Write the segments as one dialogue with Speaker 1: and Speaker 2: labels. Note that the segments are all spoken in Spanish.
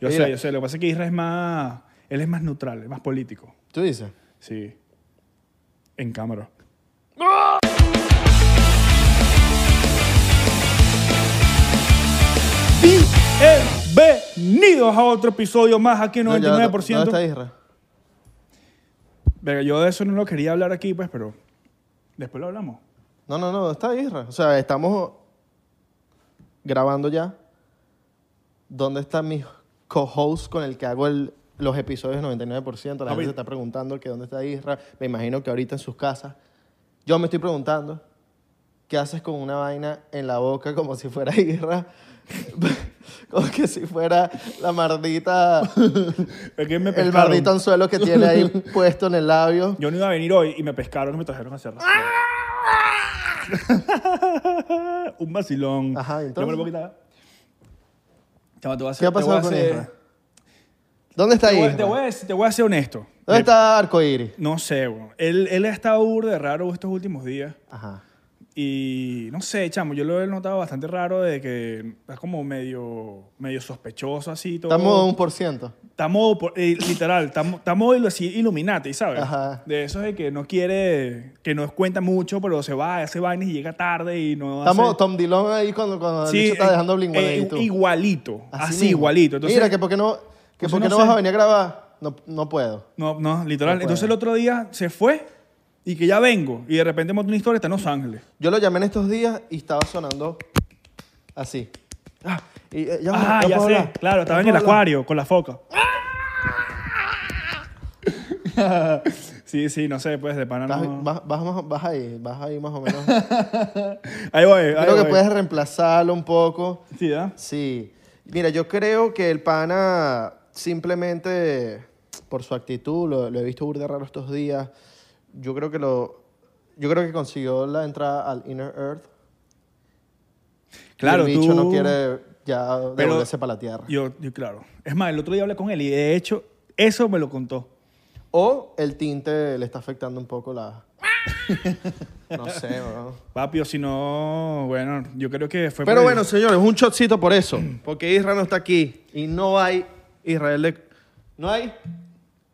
Speaker 1: Yo
Speaker 2: Mira.
Speaker 1: sé, yo sé. Lo que pasa es que Isra es más. Él es más neutral, es más político.
Speaker 2: ¿Tú dices?
Speaker 1: Sí. En cámara. Bienvenidos a otro episodio más aquí en
Speaker 2: No, ya,
Speaker 1: 99%.
Speaker 2: ¿Dónde está Isra?
Speaker 1: Verga, yo de eso no lo quería hablar aquí, pues, pero después lo hablamos.
Speaker 2: No, no, no, ¿dónde está Isra? O sea, estamos grabando ya. ¿Dónde están mis co-hosts con el que hago el- los episodios 99%? La
Speaker 1: Papi.
Speaker 2: gente se está preguntando que dónde está Isra. Me imagino que ahorita en sus casas. Yo me estoy preguntando, ¿qué haces con una vaina en la boca como si fuera Isra? como que si fuera la mardita,
Speaker 1: Es que me
Speaker 2: el
Speaker 1: pescaron.
Speaker 2: mardito anzuelo que tiene ahí puesto en el labio.
Speaker 1: Yo no iba a venir hoy y me pescaron y me trajeron a hacer Un vacilón.
Speaker 2: Ajá, ¿y
Speaker 1: Yo me
Speaker 2: entonces?
Speaker 1: lo puedo quitar. Chama, te voy a hacer-
Speaker 2: ¿Qué ha
Speaker 1: te voy
Speaker 2: pasado
Speaker 1: a
Speaker 2: con
Speaker 1: hacer-
Speaker 2: Isra? ¿Dónde está
Speaker 1: Te voy,
Speaker 2: Isra?
Speaker 1: te voy a, decir- te voy a ser honesto.
Speaker 2: ¿Dónde está Arcoiris?
Speaker 1: No sé, weón. Él, él ha estado burda de raro estos últimos días.
Speaker 2: Ajá.
Speaker 1: Y no sé, chamo, yo lo he notado bastante raro de que está como medio, medio sospechoso así. Todo.
Speaker 2: Estamos a un por ciento.
Speaker 1: Estamos, por- eh, literal, estamos estamos ilu- así Illuminati, ¿sabes?
Speaker 2: Ajá.
Speaker 1: De eso de que no quiere, que no cuenta mucho, pero se va, hace vainas y llega tarde y no
Speaker 2: Estamos
Speaker 1: hace...
Speaker 2: Tom Dillon ahí cuando, cuando el bicho está
Speaker 1: eh,
Speaker 2: dejando bling
Speaker 1: eh,
Speaker 2: ahí tú.
Speaker 1: Igualito, así,
Speaker 2: mismo.
Speaker 1: igualito. Entonces,
Speaker 2: Mira, que por qué no, que
Speaker 1: Entonces
Speaker 2: por qué
Speaker 1: no
Speaker 2: no
Speaker 1: sé.
Speaker 2: vas a venir a grabar. No, no puedo.
Speaker 1: No, no, literal.
Speaker 2: No puede.
Speaker 1: Entonces el otro día se fue y que ya vengo y de repente monta una historia, está en Los Ángeles.
Speaker 2: Yo lo llamé en estos días y estaba sonando así. Ah, y, eh, ya,
Speaker 1: ah, ya
Speaker 2: puedo
Speaker 1: sé,
Speaker 2: hablar.
Speaker 1: claro,
Speaker 2: Ya
Speaker 1: estaba en el
Speaker 2: puedo hablar.
Speaker 1: acuario con la foca. sí, sí, no sé, pues de pana
Speaker 2: Estás-
Speaker 1: no.
Speaker 2: vas, vas más- vas ahí, vas ahí más o menos.
Speaker 1: Ahí voy, ahí
Speaker 2: Creo que
Speaker 1: voy.
Speaker 2: puedes reemplazarlo un poco.
Speaker 1: Sí, ¿ah? ¿verdad?
Speaker 2: Sí. Mira, yo creo que el pana simplemente por su actitud, lo, lo he visto burda raro estos días. Yo creo que lo. Yo creo que consiguió la entrada al Inner Earth. y
Speaker 1: Claro,
Speaker 2: el bicho
Speaker 1: tú-
Speaker 2: no quiere ya devolverse para la tierra.
Speaker 1: Yo, yo, claro. Es más, el otro día hablé con él y de hecho, eso me lo contó.
Speaker 2: O el tinte le está afectando un poco la. no sé, weón.
Speaker 1: Papio, si no, bueno, yo creo que fue.
Speaker 2: Pero
Speaker 1: por-
Speaker 2: bueno, señores, un shotcito por eso. Porque Israel no está aquí. Y no hay Israel de. No hay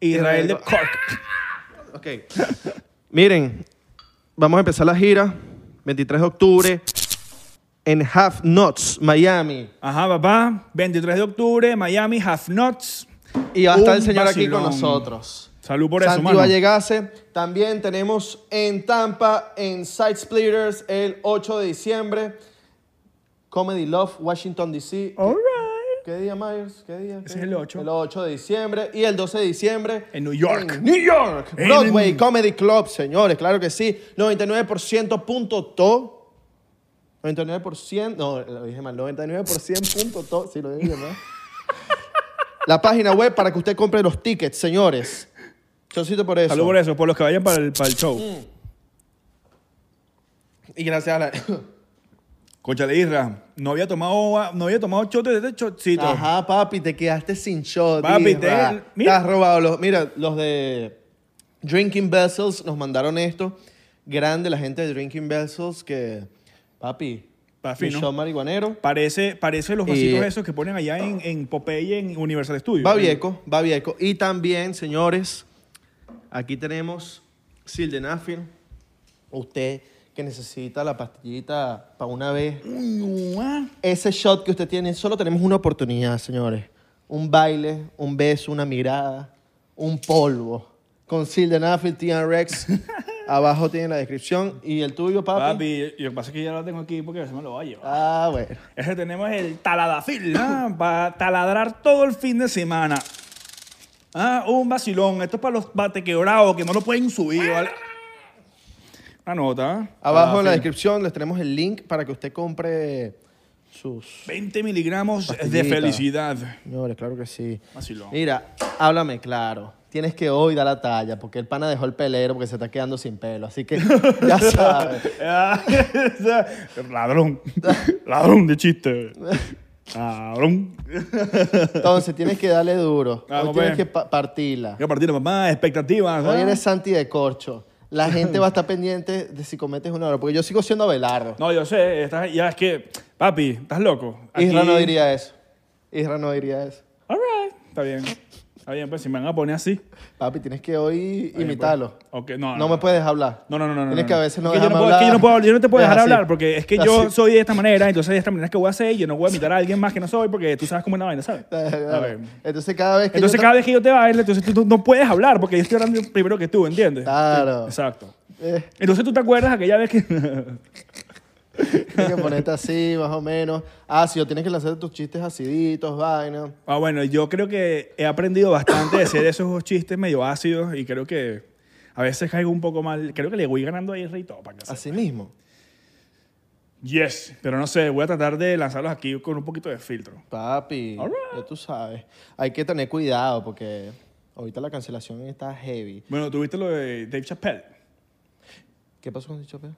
Speaker 1: Israel de
Speaker 2: Israel-
Speaker 1: Cork.
Speaker 2: Ok. Miren, vamos a empezar la gira 23 de octubre en Half Nuts, Miami.
Speaker 1: Ajá, papá. 23 de octubre, Miami, Half Nuts.
Speaker 2: Y va a estar el
Speaker 1: Un
Speaker 2: señor aquí
Speaker 1: vacilón.
Speaker 2: con nosotros.
Speaker 1: Salud por eso,
Speaker 2: Santi
Speaker 1: mano.
Speaker 2: Vallegase. También tenemos en Tampa, en Side Splitters, el 8 de diciembre. Comedy Love, Washington DC.
Speaker 1: All right.
Speaker 2: ¿Qué día, Myers? ¿Qué día? ¿Qué
Speaker 1: Ese es
Speaker 2: día?
Speaker 1: el 8.
Speaker 2: El 8 de diciembre y el 12 de diciembre.
Speaker 1: En New York.
Speaker 2: en New York.
Speaker 1: En-
Speaker 2: Broadway Comedy Club, señores, claro que sí. 99%.to. 99%. No, lo dije mal. 99%.to. Sí, lo dije mal. La página web para que usted compre los tickets, señores. Chocito por eso.
Speaker 1: Salud por eso, por los que vayan para el, para el show.
Speaker 2: Y gracias a la.
Speaker 1: Cónchale, Isra, no había tomado, no había tomado este shot desde chotcito.
Speaker 2: Ajá, papi, te quedaste sin shot.
Speaker 1: Papi, te-
Speaker 2: Isra.
Speaker 1: mira.
Speaker 2: has robado los. Mira, los de Drinking Vessels nos mandaron esto. Grande la gente de Drinking Vessels que. Papi,
Speaker 1: Papi,
Speaker 2: mi
Speaker 1: ¿no?
Speaker 2: shot marihuanero.
Speaker 1: Parece, parece los vasitos
Speaker 2: Y-
Speaker 1: esos que ponen allá en, en Popeye, en Universal Studios.
Speaker 2: Babieco, Babieco. Y también, señores, aquí tenemos Sildenafil. Usted que necesita la pastillita para una vez.
Speaker 1: Mua.
Speaker 2: Ese shot que usted tiene, solo tenemos una oportunidad, señores. Un baile, un beso, una mirada, un polvo. Con Sildenafil, TN Rex. Abajo tiene la descripción. Y el tuyo, papi.
Speaker 1: Papi, yo- lo que pasa es que ya lo tengo aquí porque se me lo va a llevar.
Speaker 2: Ah, bueno.
Speaker 1: Ese tenemos el taladafil, ¿ah? para taladrar todo el fin de semana. Ah, un vacilón. Esto es para los batequebrados que no lo pueden subir, ¿vale? Una nota. ¿ah?
Speaker 2: Abajo en la
Speaker 1: Taladafil.
Speaker 2: descripción les tenemos el link para que usted compre sus
Speaker 1: 20 miligramos de
Speaker 2: Pastillita.
Speaker 1: felicidad.
Speaker 2: Señores, claro que sí.
Speaker 1: Vacilón.
Speaker 2: Mira, háblame claro. Tienes que hoy dar la talla, porque el pana dejó el pelero porque se está quedando sin pelo. Así que ya sabes.
Speaker 1: Ah, Ladrón. Ladrón de chiste. Ladrón.
Speaker 2: Entonces tienes que darle duro. Hoy
Speaker 1: Vamos,
Speaker 2: tienes
Speaker 1: pues.
Speaker 2: que pa- partirla.
Speaker 1: Qué partida, papá. Expectativas. ¿ah?
Speaker 2: Hoy eres Santi de corcho. La gente va a estar pendiente de si cometes un error, porque yo sigo siendo Abelardo.
Speaker 1: No, yo sé. estás- ya es que, papi, estás loco.
Speaker 2: Isra
Speaker 1: Aquí-
Speaker 2: no diría eso. Isra no diría eso.
Speaker 1: All right. Está bien. Está bien, pues si me van a poner así.
Speaker 2: Papi, tienes que hoy imitarlo.
Speaker 1: Ok, pues. no,
Speaker 2: No me puedes hablar.
Speaker 1: No, no, no, no.
Speaker 2: Tienes
Speaker 1: no,
Speaker 2: que a
Speaker 1: no.
Speaker 2: veces no
Speaker 1: Es que yo
Speaker 2: dejarme
Speaker 1: no puedo, es que yo no puedo- yo no te puedo
Speaker 2: Es
Speaker 1: dejar
Speaker 2: así.
Speaker 1: hablar porque es que
Speaker 2: Es
Speaker 1: yo
Speaker 2: así.
Speaker 1: soy de esta manera, entonces de esta manera es que voy a hacer y yo no voy a imitar a alguien más que no soy porque tú sabes cómo es la vaina, ¿sabes? A ver.
Speaker 2: Entonces cada vez que yo
Speaker 1: Entonces
Speaker 2: te-
Speaker 1: cada vez que yo te baile, entonces tú, tú no puedes hablar porque yo estoy hablando primero que tú, ¿entiendes?
Speaker 2: Claro.
Speaker 1: Exacto.
Speaker 2: Eh,
Speaker 1: Entonces tú te acuerdas aquella vez que...
Speaker 2: tienes que ponerte así, más o menos. Ácido, tienes que lanzar tus chistes aciditos, vainas.
Speaker 1: ah, bueno, yo creo que he aprendido bastante de hacer esos chistes medio ácidos y creo que a veces caigo un poco mal. Creo que le voy ganando ahí rey todo para que
Speaker 2: Así mismo.
Speaker 1: Yes, pero no sé, voy a tratar de lanzarlos aquí con un poquito de filtro.
Speaker 2: Papi,
Speaker 1: All right.
Speaker 2: ya tú sabes. Hay que tener cuidado porque ahorita la cancelación está heavy.
Speaker 1: Bueno, tuviste lo de Dave Chappelle,
Speaker 2: ¿Qué pasó con Dicho Pedro?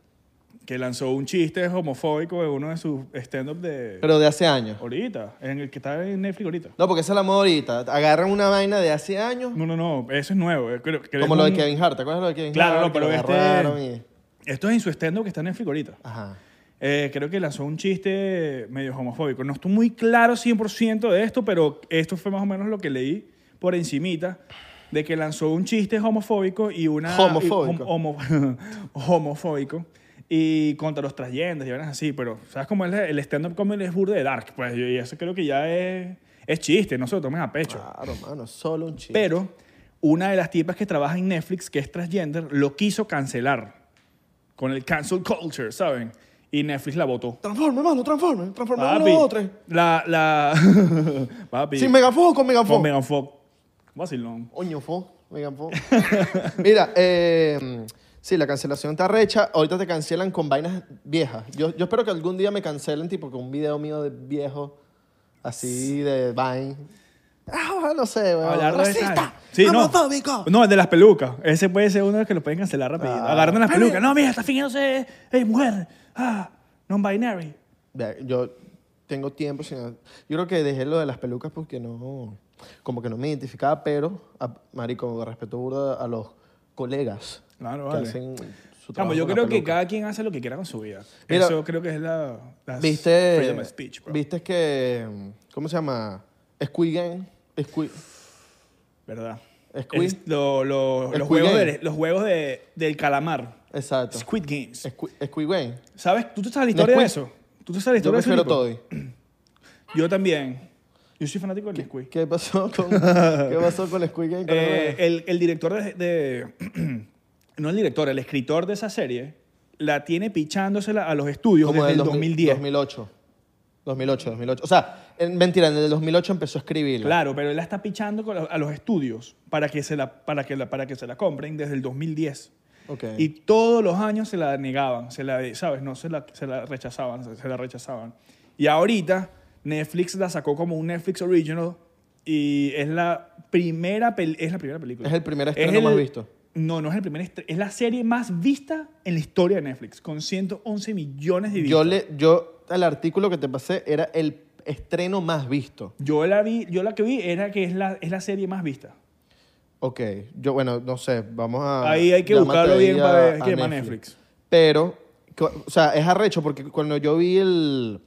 Speaker 1: que lanzó un chiste homofóbico en uno de sus stand-up de...
Speaker 2: Pero de hace años.
Speaker 1: Ahorita, en el que está en Netflix ahorita.
Speaker 2: No, porque esa es la moda ahorita. Agarran una vaina de hace años,
Speaker 1: No, no, no, eso es nuevo. eh, Creo- creo
Speaker 2: como
Speaker 1: que
Speaker 2: lo de
Speaker 1: un-
Speaker 2: Kevin Hart. ¿Te acuerdas lo de Kevin
Speaker 1: Claro,
Speaker 2: Hart?
Speaker 1: no, pero
Speaker 2: que lo
Speaker 1: este-
Speaker 2: agarraron y-
Speaker 1: Esto es en su stand-up que está en Netflix ahorita.
Speaker 2: Ajá.
Speaker 1: Eh, creo que lanzó un chiste medio homofóbico. No estoy muy claro 100% de esto, pero esto fue más o menos lo que leí por encimita de que lanzó un chiste homofóbico y una...
Speaker 2: Homofóbico.
Speaker 1: y- hom- homo- homofóbico. Y contra los trayentes y vainas así, pero ¿sabes cómo es la- el stand-up comedy es burda de dark? Pues y eso creo que ya es, es chiste, no se lo tomen a pecho.
Speaker 2: Claro, mano, solo un chiste.
Speaker 1: Pero una de las tipas que trabaja en Netflix, que es transgender, lo quiso cancelar con el cancel culture, ¿saben? Y Netflix la votó.
Speaker 2: Transforme, mano, transforme. Transforme uno
Speaker 1: Papi,
Speaker 2: a otro.
Speaker 1: la, la, papi,
Speaker 2: ¿Sin megafo o con megafo?
Speaker 1: con Megan Fox. Vacilón.
Speaker 2: Oño, fo, venga, fo. Mira, eh, sí, la cancelación está recha. Ahorita te cancelan con vainas viejas. Yo, yo espero que algún día me cancelen, tipo, con un video mío de viejo, así de Vine. Ah, no sé, weón.
Speaker 1: Hablar de estas-
Speaker 2: ¡Racista!
Speaker 1: Sí, no.
Speaker 2: ¡Homofóbico!
Speaker 1: No, el de las pelucas. Ese puede ser uno de los que lo pueden cancelar rápido.
Speaker 2: Ah.
Speaker 1: Agarran las pelucas. No, mira, está fingiéndose eh, mujer. Ah, non-binary.
Speaker 2: Vea, Yo tengo tiempo sin... Yo creo que dejé lo de las pelucas porque no... Como que no me identificaba, pero, a- marico, respeto burda a los colegas
Speaker 1: Claro,
Speaker 2: que
Speaker 1: vale.
Speaker 2: hacen su
Speaker 1: Vamos,
Speaker 2: trabajo
Speaker 1: yo
Speaker 2: con la
Speaker 1: creo que
Speaker 2: peluca.
Speaker 1: cada quien hace lo que quiera con su vida.
Speaker 2: Mira,
Speaker 1: Eso creo que es la, las
Speaker 2: ¿Viste?
Speaker 1: freedom of speech, bro.
Speaker 2: ¿Viste que. mm, ¿Cómo se llama? Squid Game. Squid.
Speaker 1: ¿Verdad?
Speaker 2: Squid.
Speaker 1: Es lo- lo-
Speaker 2: Squid
Speaker 1: los juegos,
Speaker 2: Game.
Speaker 1: de- los juegos de- del calamar.
Speaker 2: Exacto.
Speaker 1: Squid Games.
Speaker 2: Squid, Squid Game.
Speaker 1: ¿Sabes? ¿Tú te sabes la historia
Speaker 2: Nesquik.
Speaker 1: de eso? ¿Tú te sabes la
Speaker 2: Yo
Speaker 1: historia de
Speaker 2: prefiero
Speaker 1: eso? Nico?
Speaker 2: Toddy.
Speaker 1: Yo también. Yo soy fanático del Squid.
Speaker 2: ¿Qué pasó con, ¿qué pasó con Squid Game? ¿Con
Speaker 1: Eh, el, el director de, de- No el director, el escritor de esa serie la tiene pichándosela a los
Speaker 2: el-
Speaker 1: estudios
Speaker 2: como
Speaker 1: desde
Speaker 2: del
Speaker 1: el
Speaker 2: 2000,
Speaker 1: 2010.
Speaker 2: 2008. 2008, 2008. O sea, en- mentira, en el 2008 empezó a escribirlo.
Speaker 1: Claro, pero él la está pichando con la- a los estudios para que, se la, para, que la, para que se la compren desde el 2010.
Speaker 2: Ok.
Speaker 1: Y todos los años se la negaban, se la, ¿sabes? No, se la, se la rechazaban, se, se la rechazaban. Y ahorita Netflix la sacó como un Netflix original y es la primera, pel- es la primera película.
Speaker 2: Es el primer estreno más visto.
Speaker 1: No, no es el primer estreno, es la serie más vista en la historia de Netflix, con 111 millones de vistas.
Speaker 2: yo le. Yo, el artículo que te pasé era el estreno más visto.
Speaker 1: Yo la vi, yo la que vi era que es la, es la serie más vista.
Speaker 2: Ok, yo bueno, no sé, vamos a...
Speaker 1: Ahí hay que
Speaker 2: llámate
Speaker 1: buscarlo
Speaker 2: ahí
Speaker 1: bien
Speaker 2: a-
Speaker 1: para ver, hay
Speaker 2: a
Speaker 1: que llamar a Netflix.
Speaker 2: Pero, co- o sea, es arrecho porque cuando yo vi el...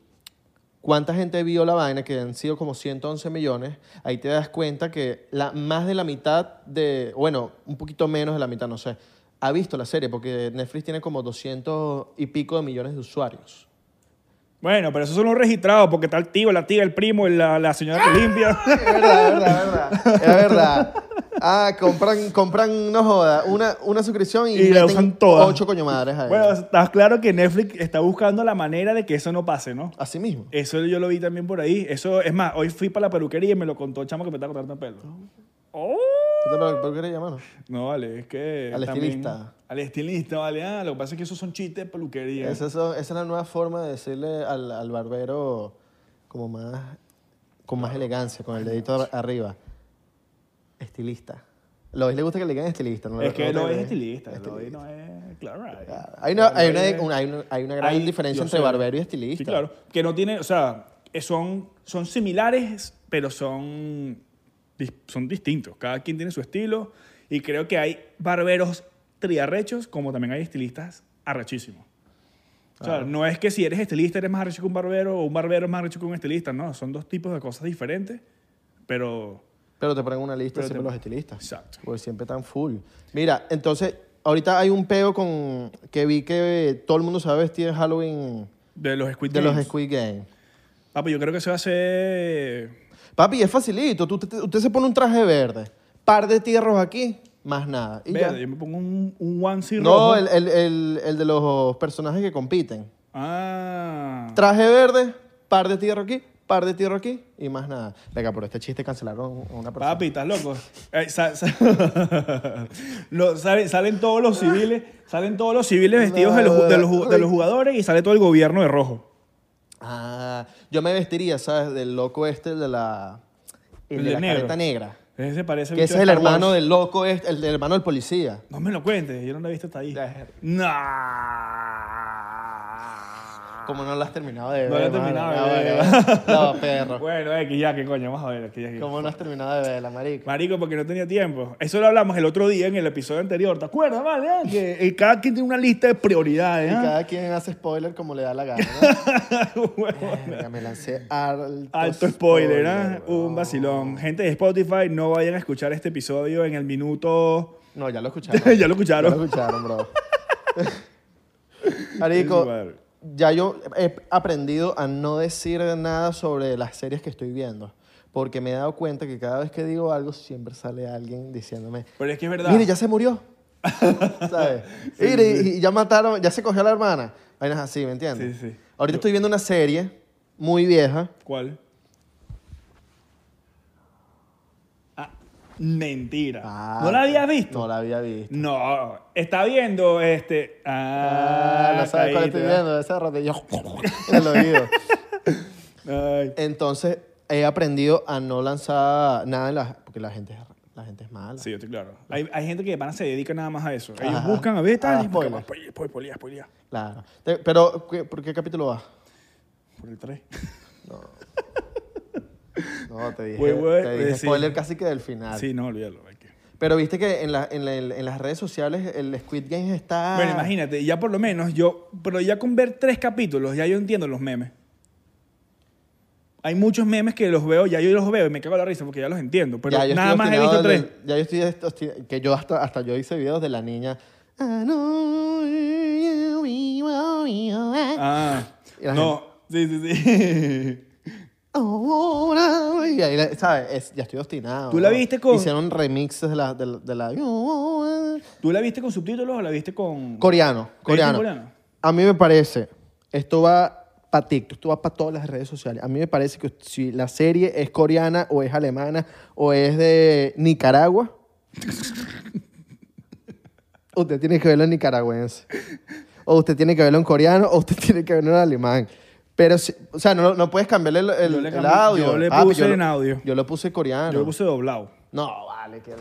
Speaker 2: ¿Cuánta gente vio la vaina? Que han sido como 111 millones. Ahí te das cuenta que la, más de la mitad de... Bueno, un poquito menos de la mitad, no sé. Ha visto la serie porque Netflix tiene como 200 y pico de millones de usuarios.
Speaker 1: Bueno, pero esos son los registrados, porque está el tío, la tía, el primo, la, la señora que limpia.
Speaker 2: Es verdad, es verdad, es verdad. Es verdad. Ah, compran, compran, no joda, una, una suscripción y,
Speaker 1: Y la
Speaker 2: meten
Speaker 1: usan todas.
Speaker 2: ocho coño madres ahí.
Speaker 1: Bueno, está claro que Netflix está buscando la manera de que eso no pase, ¿no?
Speaker 2: Así mismo.
Speaker 1: Eso yo lo vi también por ahí. Eso, es más, hoy fui para la peluquería y me lo contó el chamo que me está cortando el pelo. Oh.
Speaker 2: ¿Tú te lo- por qué le llamaron?
Speaker 1: No, vale, es que...
Speaker 2: Al
Speaker 1: también-
Speaker 2: estilista.
Speaker 1: Al estilista, vale. Ah, lo que pasa es que esos son chistes de peluquería.
Speaker 2: Esa, es, esa es la nueva forma de decirle al, al barbero como más, con más elegancia, con el dedito ar- arriba. Estilista. Lo le gusta que le digan estilista. ¿no?
Speaker 1: es que
Speaker 2: ¿No
Speaker 1: lo es
Speaker 2: te crees?
Speaker 1: estilista, lo es- no es... Claro, right.
Speaker 2: Hay una, hay,
Speaker 1: Lo
Speaker 2: una,
Speaker 1: es-
Speaker 2: una- hay una, hay una gran
Speaker 1: Hay-
Speaker 2: diferencia
Speaker 1: yo
Speaker 2: entre
Speaker 1: sé.
Speaker 2: barbero y estilista.
Speaker 1: Sí, claro. Que no tiene, o sea, eh, son, son similares, pero son, dis- son distintos. Cada quien tiene su estilo y creo que hay barberos triarrechos como también hay estilistas arrechísimos. O sea, no es que si eres estilista eres más arrecho que un barbero o un barbero es más arrecho que un estilista, no, son dos tipos de cosas diferentes, pero
Speaker 2: Pero te ponen una lista
Speaker 1: Pero
Speaker 2: siempre
Speaker 1: te-
Speaker 2: los estilistas.
Speaker 1: Exacto.
Speaker 2: Porque siempre están full. Mira, entonces, ahorita hay un peo con que vi que eh, todo el mundo se va a vestir de Halloween
Speaker 1: De los Squid
Speaker 2: de los
Speaker 1: Games.
Speaker 2: Squid Game.
Speaker 1: Papi, yo creo que se va a hacer...
Speaker 2: Papi, es facilito. Tú- usted, usted se pone un traje verde, par de tierros aquí, más nada. Y ya.
Speaker 1: Verde, yo me pongo un, un onesie rojo.
Speaker 2: No, el, el- el- el de los personajes que compiten.
Speaker 1: Ah.
Speaker 2: Traje verde, par de tierro aquí, par de tierro aquí y más nada. Venga, por este chiste cancelaron a una persona.
Speaker 1: Papi, ¿estás loco? Eh, sa- sa- Lo- salen, salen todos los civiles, salen todos los civiles vestidos de los, ju- de los ju- de los jugadores y sale todo el gobierno de rojo.
Speaker 2: Ah, yo me vestiría, ¿sabes? Del loco este, el de la, el
Speaker 1: El
Speaker 2: de
Speaker 1: de
Speaker 2: la
Speaker 1: negro.
Speaker 2: careta negra.
Speaker 1: Ese parece
Speaker 2: Que
Speaker 1: bicho
Speaker 2: ese
Speaker 1: de
Speaker 2: es el
Speaker 1: Star Wars.
Speaker 2: hermano del loco este, el, del hermano del policía.
Speaker 1: No me lo cuentes, yo no lo he visto hasta ahí.
Speaker 2: Ya,
Speaker 1: No.
Speaker 2: Como no lo has terminado de ver.
Speaker 1: No lo he
Speaker 2: mano,
Speaker 1: terminado de
Speaker 2: no,
Speaker 1: ver.
Speaker 2: No, perro.
Speaker 1: Bueno, eh, que ya, que coño, vamos a ver. que ya, que-
Speaker 2: Como no has terminado de verla, marico.
Speaker 1: Marico, porque no tenía tiempo. Eso lo hablamos el otro día en el episodio anterior. ¿Te acuerdas, vale? ah? Que eh, cada quien tiene una lista de prioridades.
Speaker 2: Y
Speaker 1: ¿ah?
Speaker 2: cada quien hace spoiler como le da la gana. ¿no?
Speaker 1: Huevón.
Speaker 2: Verga, me lancé alto,
Speaker 1: Alto spoiler, ¿ah? Un
Speaker 2: weón.
Speaker 1: vacilón. Gente de Spotify, no vayan a escuchar este episodio en el minuto.
Speaker 2: No, ya lo escucharon.
Speaker 1: ya lo
Speaker 2: Ya lo
Speaker 1: escucharon.
Speaker 2: escucharon, bro. Marico,
Speaker 1: Es igual.
Speaker 2: ya yo he aprendido a no decir nada sobre las series que estoy viendo. Porque me he dado cuenta que cada vez que digo algo, siempre sale alguien diciéndome,
Speaker 1: Pero es que es verdad.
Speaker 2: mire, ya se murió. ¿Sabes? Mire, y- y ya mataron, ya se cogió a la hermana. Vainas así, ¿me entiendes?
Speaker 1: Sí, sí.
Speaker 2: Ahorita estoy viendo una serie muy vieja.
Speaker 1: ¿Cuál? Ah, mentira.
Speaker 2: Ah,
Speaker 1: ¿No la habías visto?
Speaker 2: No la había visto.
Speaker 1: No, está viendo este. Ah,
Speaker 2: Ah, no sabes cuál estoy
Speaker 1: caída.
Speaker 2: viendo, ese rodillo en el oído.
Speaker 1: ¿ah? Ay,
Speaker 2: Entonces, he aprendido a no lanzar nada en las. Porque la gente, es- la gente es mala.
Speaker 1: sí, yo estoy claro. Hay, hay gente que de pana se dedica nada más a eso. Ellos
Speaker 2: Ajá.
Speaker 1: buscan a ver
Speaker 2: Ah,
Speaker 1: tal. y buscan-
Speaker 2: spoiler.
Speaker 1: spoiler, spoiler, spoiler, spoiler.
Speaker 2: Claro. Te- Pero, ¿qué- ¿por qué capítulo vas?
Speaker 1: Por el 3.
Speaker 2: No, te dije.
Speaker 1: Güey, güey,
Speaker 2: te dije
Speaker 1: eh, sí.
Speaker 2: spoiler casi que del final.
Speaker 1: Sí, no, olvídalo. hay que-
Speaker 2: Pero viste que en, la- en, la- en las redes sociales el Squid Game está.
Speaker 1: Bueno, imagínate, ya por lo menos yo, pero ya con ver tres capítulos, ya yo entiendo los memes. Hay muchos memes que los veo, ya yo los veo y me cago en la risa porque ya los entiendo, pero
Speaker 2: Ya yo
Speaker 1: nada
Speaker 2: estoy
Speaker 1: más he visto
Speaker 2: obstinado
Speaker 1: tres.
Speaker 2: del- ya yo estoy. obsti- Que yo hasta, hasta yo hice videos de la niña. I know you, you, you, you.
Speaker 1: Ah,
Speaker 2: Y la
Speaker 1: no, sí, sí, sí.
Speaker 2: Ahora, y ahí la- ¿sabes? Es- ya estoy obstinado.
Speaker 1: ¿Tú la
Speaker 2: ¿no?
Speaker 1: viste con-
Speaker 2: Hicieron remixes de la... De la, de la-
Speaker 1: ¿Tú la viste con subtítulos o la viste con...?
Speaker 2: Coreano, coreano.
Speaker 1: coreano?
Speaker 2: A mí me parece, esto va para TikTok, esto va para todas las redes sociales. A mí me parece que si la serie es coreana o es alemana o es de Nicaragua, usted tiene que verlo en nicaragüense. O usted tiene que verlo en coreano o usted tiene que verlo en alemán. Pero, si- o sea, no, no puedes cambiarle el, el-
Speaker 1: Yo le
Speaker 2: el
Speaker 1: cambié-
Speaker 2: audio.
Speaker 1: yo le
Speaker 2: Papi,
Speaker 1: puse
Speaker 2: lo-
Speaker 1: en audio.
Speaker 2: Yo lo puse coreano.
Speaker 1: Yo lo puse doblado.
Speaker 2: No, vale. Que...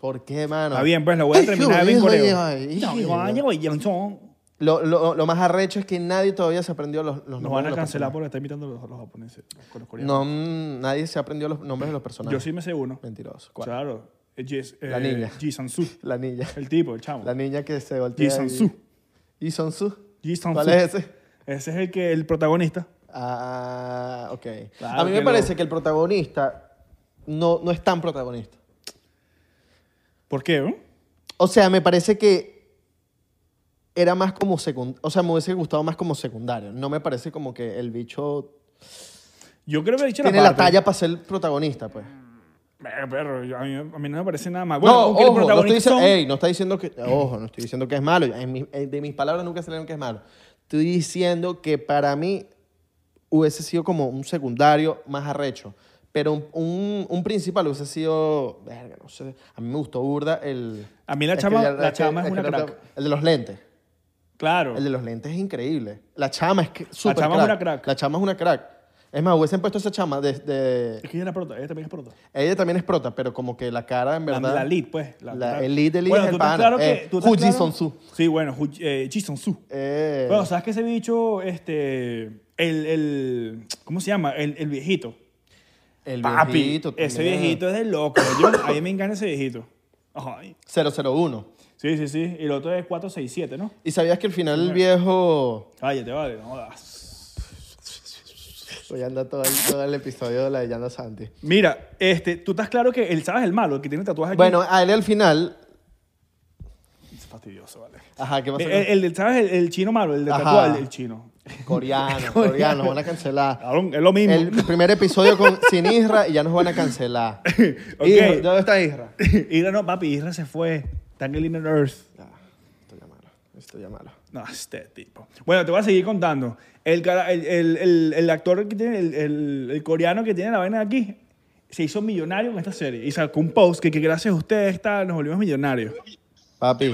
Speaker 2: ¿Por qué, mano?
Speaker 1: Está bien, pues la voy a
Speaker 2: Ay,
Speaker 1: terminar
Speaker 2: hijo,
Speaker 1: bien
Speaker 2: hijo,
Speaker 1: coreo.
Speaker 2: ay,
Speaker 1: No,
Speaker 2: hijo.
Speaker 1: igual, ya voy, ya son-
Speaker 2: Lo, lo, lo más arrecho es que nadie todavía se aprendió los, los
Speaker 1: Nos
Speaker 2: nombres
Speaker 1: van
Speaker 2: de
Speaker 1: a
Speaker 2: los
Speaker 1: cancelar
Speaker 2: personajes.
Speaker 1: porque está imitando los, los japoneses, los, los coreanos.
Speaker 2: No, mm, nadie se aprendió los nombres de los personajes.
Speaker 1: Yo sí me sé uno.
Speaker 2: Mentiroso. ¿Cuál?
Speaker 1: Claro. Eh, Jis-
Speaker 2: La
Speaker 1: eh,
Speaker 2: niña.
Speaker 1: Jisang-soo.
Speaker 2: La niña.
Speaker 1: El tipo, el chamo.
Speaker 2: La niña que se voltea.
Speaker 1: Ji Sang-soo.
Speaker 2: ¿Y Sansu?
Speaker 1: Ji Sang-soo.
Speaker 2: ¿Cuál es ese?
Speaker 1: Ese es el que el protagonista.
Speaker 2: Ah, ok.
Speaker 1: Claro
Speaker 2: A mí me
Speaker 1: que
Speaker 2: parece
Speaker 1: lo-
Speaker 2: que el protagonista no, no es tan protagonista.
Speaker 1: ¿Por qué? eh?
Speaker 2: O sea, me parece que era más como secundario. O sea, me hubiese gustado más como secundario. No me parece como que el bicho
Speaker 1: Yo creo que he dicho
Speaker 2: tiene la
Speaker 1: parte.
Speaker 2: talla para ser el protagonista, pues.
Speaker 1: Eh, perro, yo- a, mí, a mí no me parece nada mal.
Speaker 2: no,
Speaker 1: Bueno, aunque
Speaker 2: ojo,
Speaker 1: el
Speaker 2: no, estoy
Speaker 1: protagonista
Speaker 2: diciendo,
Speaker 1: son-
Speaker 2: ey, no está diciendo que, ojo, no estoy diciendo que es malo. En mi- en- de mis palabras nunca salieron que es malo. Estoy diciendo que para mí hubiese sido como un secundario más arrecho. Pero un, un- un principal hubiese sido, verga, no sé. A mí me gustó burda el...
Speaker 1: A mí la
Speaker 2: es que
Speaker 1: chama-
Speaker 2: ya-
Speaker 1: la
Speaker 2: que-
Speaker 1: chama es
Speaker 2: que
Speaker 1: una
Speaker 2: no te-
Speaker 1: crack.
Speaker 2: El de los lentes.
Speaker 1: Claro.
Speaker 2: El de los lentes es increíble. La chama es que súper
Speaker 1: chama es una crack.
Speaker 2: La chama es una crack. Es más, hubiesen puesto esa chama de... de-
Speaker 1: Es que ella era prota, ella también es prota.
Speaker 2: Ella también es prota, pero como que la cara en
Speaker 1: La,
Speaker 2: verdad...
Speaker 1: la lead, pues.
Speaker 2: La- el lead, el lead
Speaker 1: bueno,
Speaker 2: es el
Speaker 1: tú estás
Speaker 2: pana,
Speaker 1: claro que...
Speaker 2: eh,
Speaker 1: tú estás
Speaker 2: Hu
Speaker 1: claro-
Speaker 2: Ji-Sun-su.
Speaker 1: Sí, bueno, Hu- eh, Jisung-su.
Speaker 2: Eh,
Speaker 1: Bueno, ¿sabes que ese bicho, este... El, el... ¿Cómo se llama? El, el viejito.
Speaker 2: el
Speaker 1: Papi,
Speaker 2: viejito
Speaker 1: ese
Speaker 2: también.
Speaker 1: viejito es de loco. Yo, a mí me encanta ese viejito. Ay.
Speaker 2: 001.
Speaker 1: Sí, sí, sí. Y el otro es 467, ¿no?
Speaker 2: ¿Y sabías que al final el viejo...
Speaker 1: Cállate, vale, no jodas.
Speaker 2: Voy a andar todo el, todo el episodio de la de Yanda Santi.
Speaker 1: Mira, este, tú estás claro que él, ¿sabes? El malo, el que tiene tatuajes aquí.
Speaker 2: Bueno, a él al final.
Speaker 1: Es fastidioso, vale.
Speaker 2: Ajá, ¿qué pasa?
Speaker 1: El,
Speaker 2: con-
Speaker 1: el, el- ¿Sabes? El, el chino malo, el de
Speaker 2: Ajá.
Speaker 1: tatuaje, el chino.
Speaker 2: Coreano, coreano, van a cancelar.
Speaker 1: Cabrón, es lo mismo.
Speaker 2: El primer episodio con, sin Isra y ya nos van a cancelar.
Speaker 1: Ok.
Speaker 2: Isra, ¿Dónde está Isra?
Speaker 1: Ira no, papi, Isra se fue. Está en el Inner Earth.
Speaker 2: Ya, esto ya malo, esto ya malo.
Speaker 1: No, este tipo. Bueno, te voy a seguir contando. El, cara- el, el, el- el actor que tiene, el, el- el coreano que tiene la vaina de aquí, se hizo millonario con esta serie. Y sacó un post que, que gracias a ustedes está, nos volvimos millonarios.
Speaker 2: Papi,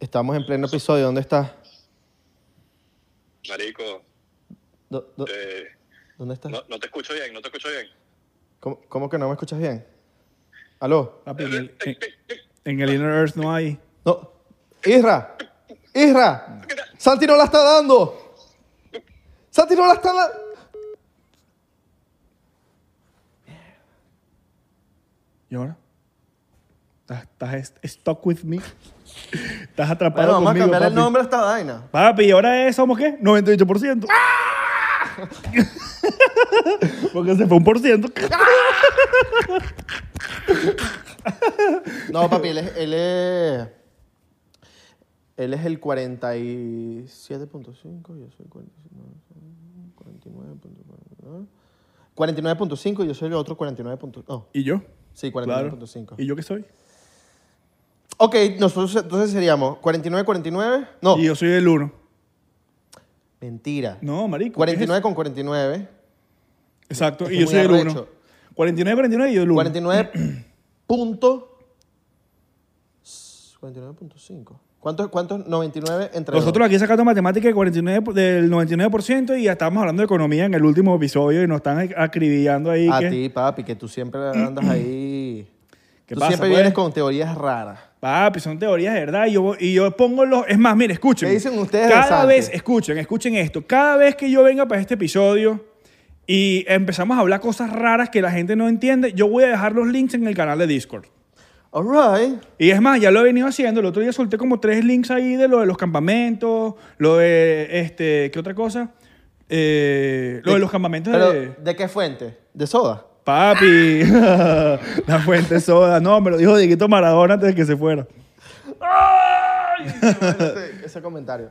Speaker 2: estamos en pleno episodio, ¿dónde estás?
Speaker 3: Marico,
Speaker 2: Do- do-
Speaker 3: eh,
Speaker 2: ¿Dónde estás?
Speaker 3: no, no te escucho bien, no te escucho bien.
Speaker 2: ¿Cómo, cómo que no me escuchas bien? ¿Aló?
Speaker 1: Papi, en el, en- en el Inner Earth no hay.
Speaker 2: No. Isra, Isra, Santi no la está dando. Santi no la está dando.
Speaker 1: ¿Y ahora? ¿Estás, estás est- stuck with me? ¿Estás atrapado
Speaker 2: Bueno, vamos a
Speaker 1: conmigo,
Speaker 2: cambiar el
Speaker 1: papi?
Speaker 2: nombre a esta vaina.
Speaker 1: Papi, ¿y ahora es, somos qué? 98%.
Speaker 2: ¡Ah!
Speaker 1: Porque se fue un por ciento.
Speaker 2: No, papi, él es. Él es, él es el 47.5, yo soy 49.49. 49.5 y yo soy el otro 49.5. No,
Speaker 1: ¿Y yo?
Speaker 2: sí,
Speaker 1: Claro.
Speaker 2: 49.5.
Speaker 1: ¿Y yo qué soy?
Speaker 2: Ok, nosotros entonces seríamos 49, 49. No,
Speaker 1: Y yo soy el 1.
Speaker 2: mentira.
Speaker 1: No, marico. ¿qué es
Speaker 2: 49 con 49.
Speaker 1: eso? Exacto.
Speaker 2: es
Speaker 1: Y
Speaker 2: muy
Speaker 1: yo soy el 1.
Speaker 2: arrecho.
Speaker 1: 49, 49 y yo el 1.
Speaker 2: 49 punto. 49.5. ¿Cuántos? ¿Cuántos? 99 entre dos.
Speaker 1: Nosotros aquí sacando matemáticas de 49 por- del 99% y ya estábamos hablando de economía en el último episodio y nos están acribillando ahí.
Speaker 2: A
Speaker 1: que-
Speaker 2: ti, papi, que tú siempre andas ahí.
Speaker 1: ¿Qué
Speaker 2: tú
Speaker 1: pasa,
Speaker 2: siempre
Speaker 1: pues?
Speaker 2: vienes con teorías raras.
Speaker 1: Papi, son teorías de verdad. Y yo, y yo pongo los. Es más, mire, escuchen.
Speaker 2: ¿Qué dicen ustedes de
Speaker 1: Cada
Speaker 2: Santi?
Speaker 1: vez, escuchen, escuchen esto. Cada vez que yo venga para este episodio y empezamos a hablar cosas raras que la gente no entiende, yo voy a dejar los links en el canal de Discord.
Speaker 2: All right.
Speaker 1: Y es más, ya lo he venido haciendo. El otro día solté como tres links ahí de lo de los campamentos, lo de. este ¿Qué otra cosa? Eh, lo de los campamentos
Speaker 2: Pero,
Speaker 1: de.
Speaker 2: ¿De qué fuente? ¿De soda?
Speaker 1: Papi, la fuente soda. No, me lo dijo Dieguito Maradona antes de que se fuera.
Speaker 2: ese, ese comentario.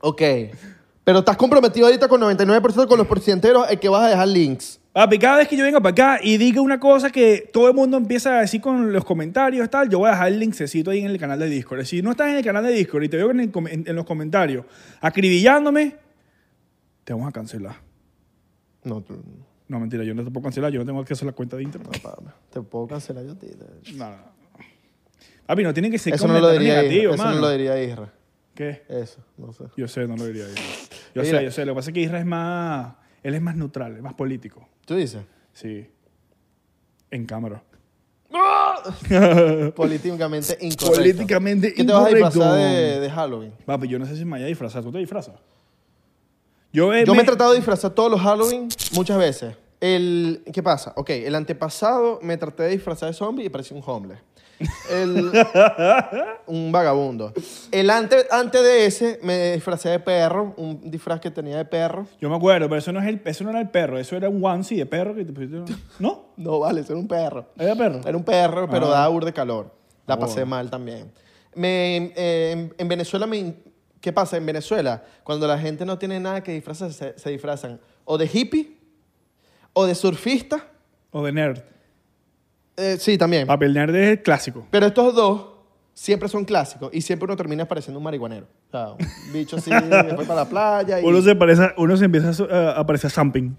Speaker 2: Ok. Pero estás comprometido ahorita con 99% con los porcienteros el que vas a dejar links.
Speaker 1: Papi, cada vez que yo venga para acá y diga una cosa que todo el mundo empieza a decir con los comentarios, tal, yo voy a dejar el linkcito ahí en el canal de Discord. Si no estás en el canal de Discord y te veo en, el com- en- en los comentarios acribillándome, te vamos a cancelar.
Speaker 2: No, tú-
Speaker 1: No, mentira, yo no te puedo cancelar, yo no tengo acceso a la cuenta de internet.
Speaker 2: pa- te puedo cancelar yo. a ti.
Speaker 1: No, no, no. Papi, no tiene que ser
Speaker 2: Eso no lo
Speaker 1: comentario
Speaker 2: diría
Speaker 1: negativo,
Speaker 2: Isra. Eso no
Speaker 1: mano.
Speaker 2: lo diría Isra.
Speaker 1: ¿Qué?
Speaker 2: Eso, no sé.
Speaker 1: Yo sé, no lo diría yo. Yo
Speaker 2: Mira.
Speaker 1: sé, yo sé. Lo que pasa es que Israel es más. Él es más neutral, es más político.
Speaker 2: ¿Tú dices?
Speaker 1: Sí. En cámara.
Speaker 2: Políticamente incorrecto.
Speaker 1: Políticamente
Speaker 2: ¿Qué te vas a
Speaker 1: incorrecto.
Speaker 2: disfrazar de, de Halloween?
Speaker 1: Papi, yo no sé si me vaya a disfrazar. ¿Tú te disfrazas? Yo, eh,
Speaker 2: Yo me he tratado de disfrazar todos los Halloween muchas veces. El, ¿Qué pasa? Ok, el antepasado me traté de disfrazar de zombie y parecía un homeless. El- un vagabundo. El ante, antes de ese me disfrazé de perro, un disfraz que tenía de perro.
Speaker 1: Yo me acuerdo, pero eso no, es el, eso no era el perro. Eso era un onesie de perro que te pusiste. ¿No?
Speaker 2: No vale, eso era un perro.
Speaker 1: ¿Era perro?
Speaker 2: Era un perro, pero
Speaker 1: Ah. Oh.
Speaker 2: daba ur de calor. La pasé mal también. Me, eh, en, en Venezuela, me, in- ¿qué pasa? En Venezuela, cuando la gente no tiene nada que disfrazar, se, se disfrazan o de hippie, o de surfista.
Speaker 1: O de nerd.
Speaker 2: Eh, sí, también.
Speaker 1: Papi, el nerd es el clásico.
Speaker 2: Pero estos dos siempre son clásicos y siempre uno termina pareciendo un marihuanero. O sea, un bicho así, que fue para la playa. Y,
Speaker 1: Uno se, parece, uno se empieza a su- a, a parecer a Samping.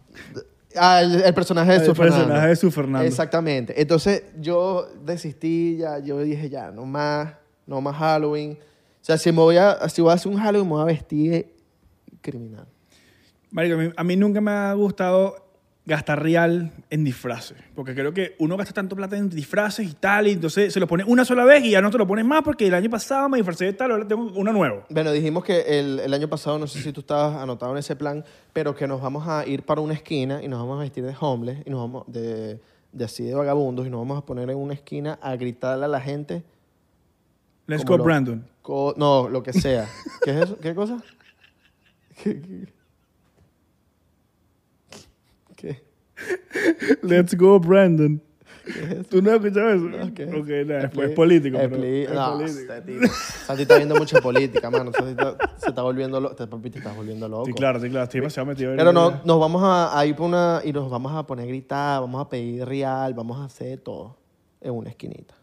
Speaker 2: Ah, el, el personaje de
Speaker 1: El
Speaker 2: su Fernando.
Speaker 1: personaje de su Fernando.
Speaker 2: Exactamente. Entonces yo desistí, ya, yo dije ya, no más, no más Halloween. O sea, si, me voy a, si voy a hacer un Halloween, me voy a vestir de criminal.
Speaker 1: Marico, a mí, a mí nunca me ha gustado gastar real en disfraces. Porque creo que uno gasta tanto plata en disfraces y tal, y entonces se lo pone una sola vez y ya no te lo pones más porque el año pasado me disfracé de tal, ahora tengo uno nuevo.
Speaker 2: Bueno, dijimos que el, el año pasado, no sé si tú estabas anotado en ese plan, pero que nos vamos a ir para una esquina y nos vamos a vestir de homeless y nos vamos de, de así de vagabundos y nos vamos a poner en una esquina a gritarle a la gente.
Speaker 1: Let's
Speaker 2: como
Speaker 1: go,
Speaker 2: lo-
Speaker 1: Brandon.
Speaker 2: co- no, lo que sea. ¿Qué es eso? ¿Qué cosa? ¿Qué? qué? ¿Qué?
Speaker 1: Let's go, Brandon. ¿Tú no has escuchado eso?
Speaker 2: Ok.
Speaker 1: Ok, nada, después
Speaker 2: Ah, Expli-
Speaker 1: es político. pero-
Speaker 2: expli-
Speaker 1: es
Speaker 2: no,
Speaker 1: político.
Speaker 2: este tipo. Santi está viendo mucha política, mano. Santi está- se está volviendo loco. Papi, te estás volviendo loco.
Speaker 1: Sí, claro, sí, claro. Estoy demasiado metido en
Speaker 2: Pero no,
Speaker 1: el-
Speaker 2: nos vamos a, a ir por una. Y nos vamos a poner a gritar, vamos a pedir real, vamos a hacer todo en una esquinita.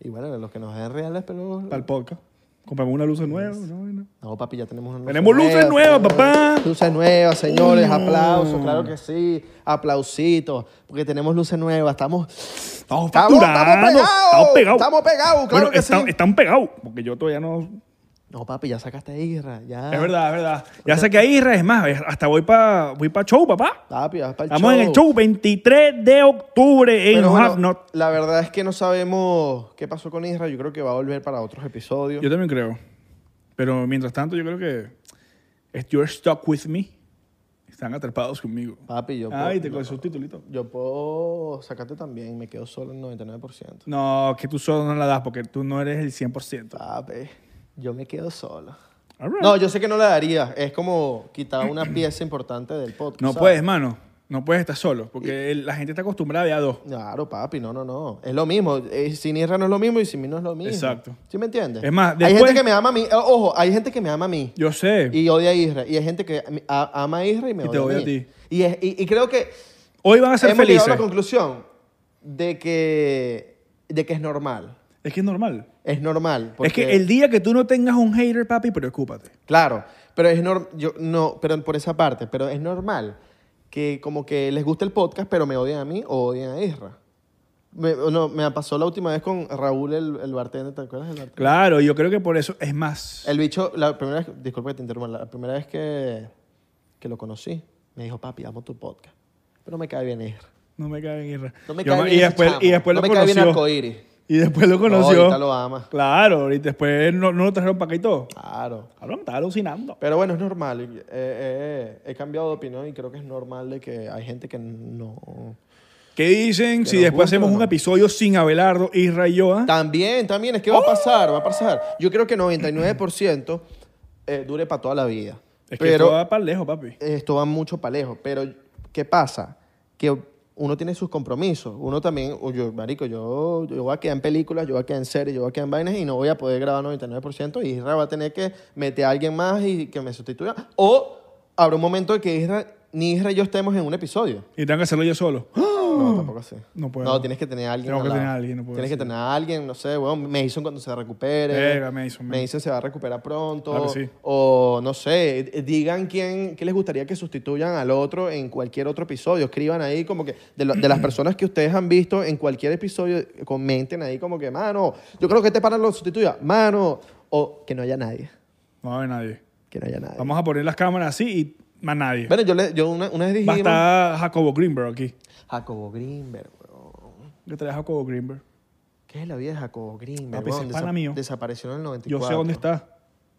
Speaker 2: Y bueno, los que nos den reales, pero.
Speaker 1: Para el podcast. Compramos una luz nueva. ¿no? Y no.
Speaker 2: No, papi, ya tenemos una
Speaker 1: Tenemos luces nuevas, papá. Uh.
Speaker 2: Luces nuevas, señores,
Speaker 1: Coño.
Speaker 2: aplausos, claro que sí. Aplausitos, porque tenemos luces nuevas. Estamos.
Speaker 1: Estamos,
Speaker 2: Estamos- estamos
Speaker 1: facturando,
Speaker 2: pegados,
Speaker 1: Estamos pegados.
Speaker 2: estamos pegados, claro
Speaker 1: Bueno,
Speaker 2: que
Speaker 1: está-
Speaker 2: sí.
Speaker 1: Están pegados, porque yo todavía no...
Speaker 2: No, papi, ya sacaste a Isra. Ya.
Speaker 1: Es verdad, es verdad. Ya sé que ahí, es más, hasta voy para voy pa show, papá.
Speaker 2: Papi, vas para el
Speaker 1: Estamos en el show 23 de octubre en
Speaker 2: Pero bueno,
Speaker 1: Have Not.
Speaker 2: La verdad es que no sabemos qué pasó con Isra. Yo creo que va a volver para otros episodios.
Speaker 1: Yo también creo. Pero mientras tanto, yo creo que if you're stuck with me, están atrapados conmigo.
Speaker 2: Papi, yo puedo-
Speaker 1: Ay, te
Speaker 2: yo-
Speaker 1: con su titulito.
Speaker 2: Yo puedo sacarte también, me quedo solo en 99%.
Speaker 1: No, que tú solo no la das porque tú no eres el 100%.
Speaker 2: Papi, yo me quedo solo.
Speaker 1: All right.
Speaker 2: No, yo sé que no la daría. Es como quitar una pieza importante del podcast.
Speaker 1: No
Speaker 2: ¿sabes?
Speaker 1: puedes, mano. No puedes estar solo porque el- la gente está acostumbrada a ver a dos.
Speaker 2: Claro, papi, no, no, no. Es lo mismo. Eh, sin Isra no es lo mismo y sin mí no es lo mismo.
Speaker 1: Exacto.
Speaker 2: ¿Sí me entiendes?
Speaker 1: Es más,
Speaker 2: Hay
Speaker 1: después-
Speaker 2: gente que me ama a mí. O- Ojo, hay gente que me ama a mí.
Speaker 1: Yo sé.
Speaker 2: Y odia a Isra. Y hay gente que a- ama a Isra y me
Speaker 1: Y te
Speaker 2: odia,
Speaker 1: odia
Speaker 2: a
Speaker 1: a
Speaker 2: mí.
Speaker 1: ti.
Speaker 2: Y, es- y- y creo que
Speaker 1: Hoy van a ser
Speaker 2: hemos llegado a
Speaker 1: felices.
Speaker 2: la conclusión de que, de que es normal.
Speaker 1: Es que es normal.
Speaker 2: Es normal.
Speaker 1: Es que
Speaker 2: porque-
Speaker 1: el día que tú no tengas un hater, papi, preocúpate.
Speaker 2: Claro, pero es normal, yo no, pero por esa parte, pero es normal que como que les guste el podcast, pero me odian a mí o odian a Isra. Me, o no, me pasó la última vez con Raúl el, el bartender, ¿te acuerdas del bartender?
Speaker 1: Claro, yo creo que por eso es más.
Speaker 2: El bicho, la primera vez, disculpa que te interrumpa, la primera vez que, que lo conocí, me dijo, papi, amo tu podcast, pero me cae bien Isra.
Speaker 1: No me cae bien Irra.
Speaker 2: No me
Speaker 1: Yo
Speaker 2: cae
Speaker 1: me-
Speaker 2: bien
Speaker 1: y
Speaker 2: ese
Speaker 1: después,
Speaker 2: chamo.
Speaker 1: y después
Speaker 2: No
Speaker 1: lo
Speaker 2: me cae bien
Speaker 1: conoció.
Speaker 2: Arcoíris.
Speaker 1: Y después lo conoció.
Speaker 2: ahorita lo ama.
Speaker 1: Claro, y después no, no lo trajeron para acá y todo.
Speaker 2: Claro.
Speaker 1: Cabrón, estaba alucinando.
Speaker 2: Pero bueno, es normal. Eh, eh, eh, he cambiado de opinión y creo que es normal de que hay gente que no...
Speaker 1: ¿Qué dicen si
Speaker 2: Pero
Speaker 1: después
Speaker 2: juntos
Speaker 1: hacemos
Speaker 2: no.
Speaker 1: un episodio sin Abelardo, Isra y yo? ah?
Speaker 2: También, también, es que va
Speaker 1: ¡Oh!
Speaker 2: a pasar, va a pasar. Yo creo que 99% eh, dure para toda la vida.
Speaker 1: Es que
Speaker 2: pero
Speaker 1: esto va para lejos, papi.
Speaker 2: esto va mucho para lejos. Pero, ¿qué pasa? Que uno tiene sus compromisos. Uno también, o yo, marico, yo, yo voy a quedar en películas, yo voy a quedar en series, yo voy a quedar en vainas y no voy a poder grabar 99% y Isra va a tener que meter a alguien más y que me sustituya. O habrá un momento en que Isra, ni Isra y yo estemos en un episodio.
Speaker 1: Y tengo que hacerlo yo solo.
Speaker 2: No, tampoco así.
Speaker 1: Mm. No puedo.
Speaker 2: No, tienes que tener a alguien.
Speaker 1: Tengo que
Speaker 2: al lado.
Speaker 1: tener a alguien, no puedo
Speaker 2: Tienes
Speaker 1: así.
Speaker 2: que tener a alguien, no sé, weón. Mason cuando se recupere.
Speaker 1: Verga, Mason, man.
Speaker 2: Mason se va a recuperar pronto.
Speaker 1: Claro que sí.
Speaker 2: O no sé, eh, digan quién, qué les gustaría que sustituyan al otro en cualquier otro episodio. Escriban ahí como que de, lo- de las personas que ustedes han visto en cualquier episodio, comenten ahí como que, mano, yo creo que este para lo sustituya. Mano, o que no haya nadie.
Speaker 1: No va a haber nadie.
Speaker 2: Que no haya nadie.
Speaker 1: Vamos a poner las cámaras así y más nadie.
Speaker 2: Bueno, yo, le- yo una, una vez
Speaker 1: Va a
Speaker 2: dijimos...
Speaker 1: estar Jacobo Greenberg aquí.
Speaker 2: Jacobo Greenberg, weón.
Speaker 1: Yo traje a Jacobo Greenberg.
Speaker 2: ¿Qué es la vida de Jacobo Greenberg?
Speaker 1: Papi, ese
Speaker 2: weón?
Speaker 1: es pana mío.
Speaker 2: Desapareció en el 94.
Speaker 1: Yo sé dónde está.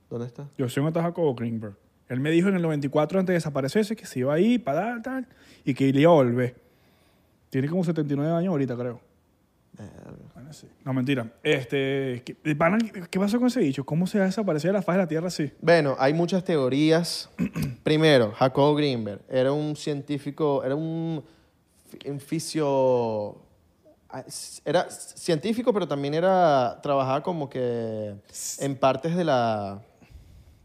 Speaker 2: ¿Dónde está?
Speaker 1: Yo soy un atajo de Greenberg. Él me dijo en el 94, antes de desaparecerse, que se iba ahí para dar, tal, y que iba a volver. Tiene como 79 años ahorita, creo. Bueno, sí. No, mentira. Este, ¿qué, el pana- ¿Qué pasó con ese dicho? ¿Cómo se ha desaparecido de la faz de la Tierra así?
Speaker 2: Bueno, hay muchas teorías. Primero, Jacobo Greenberg era un científico, era un, fi- un fisio... Era científico, pero también era trabajaba como que en partes de la...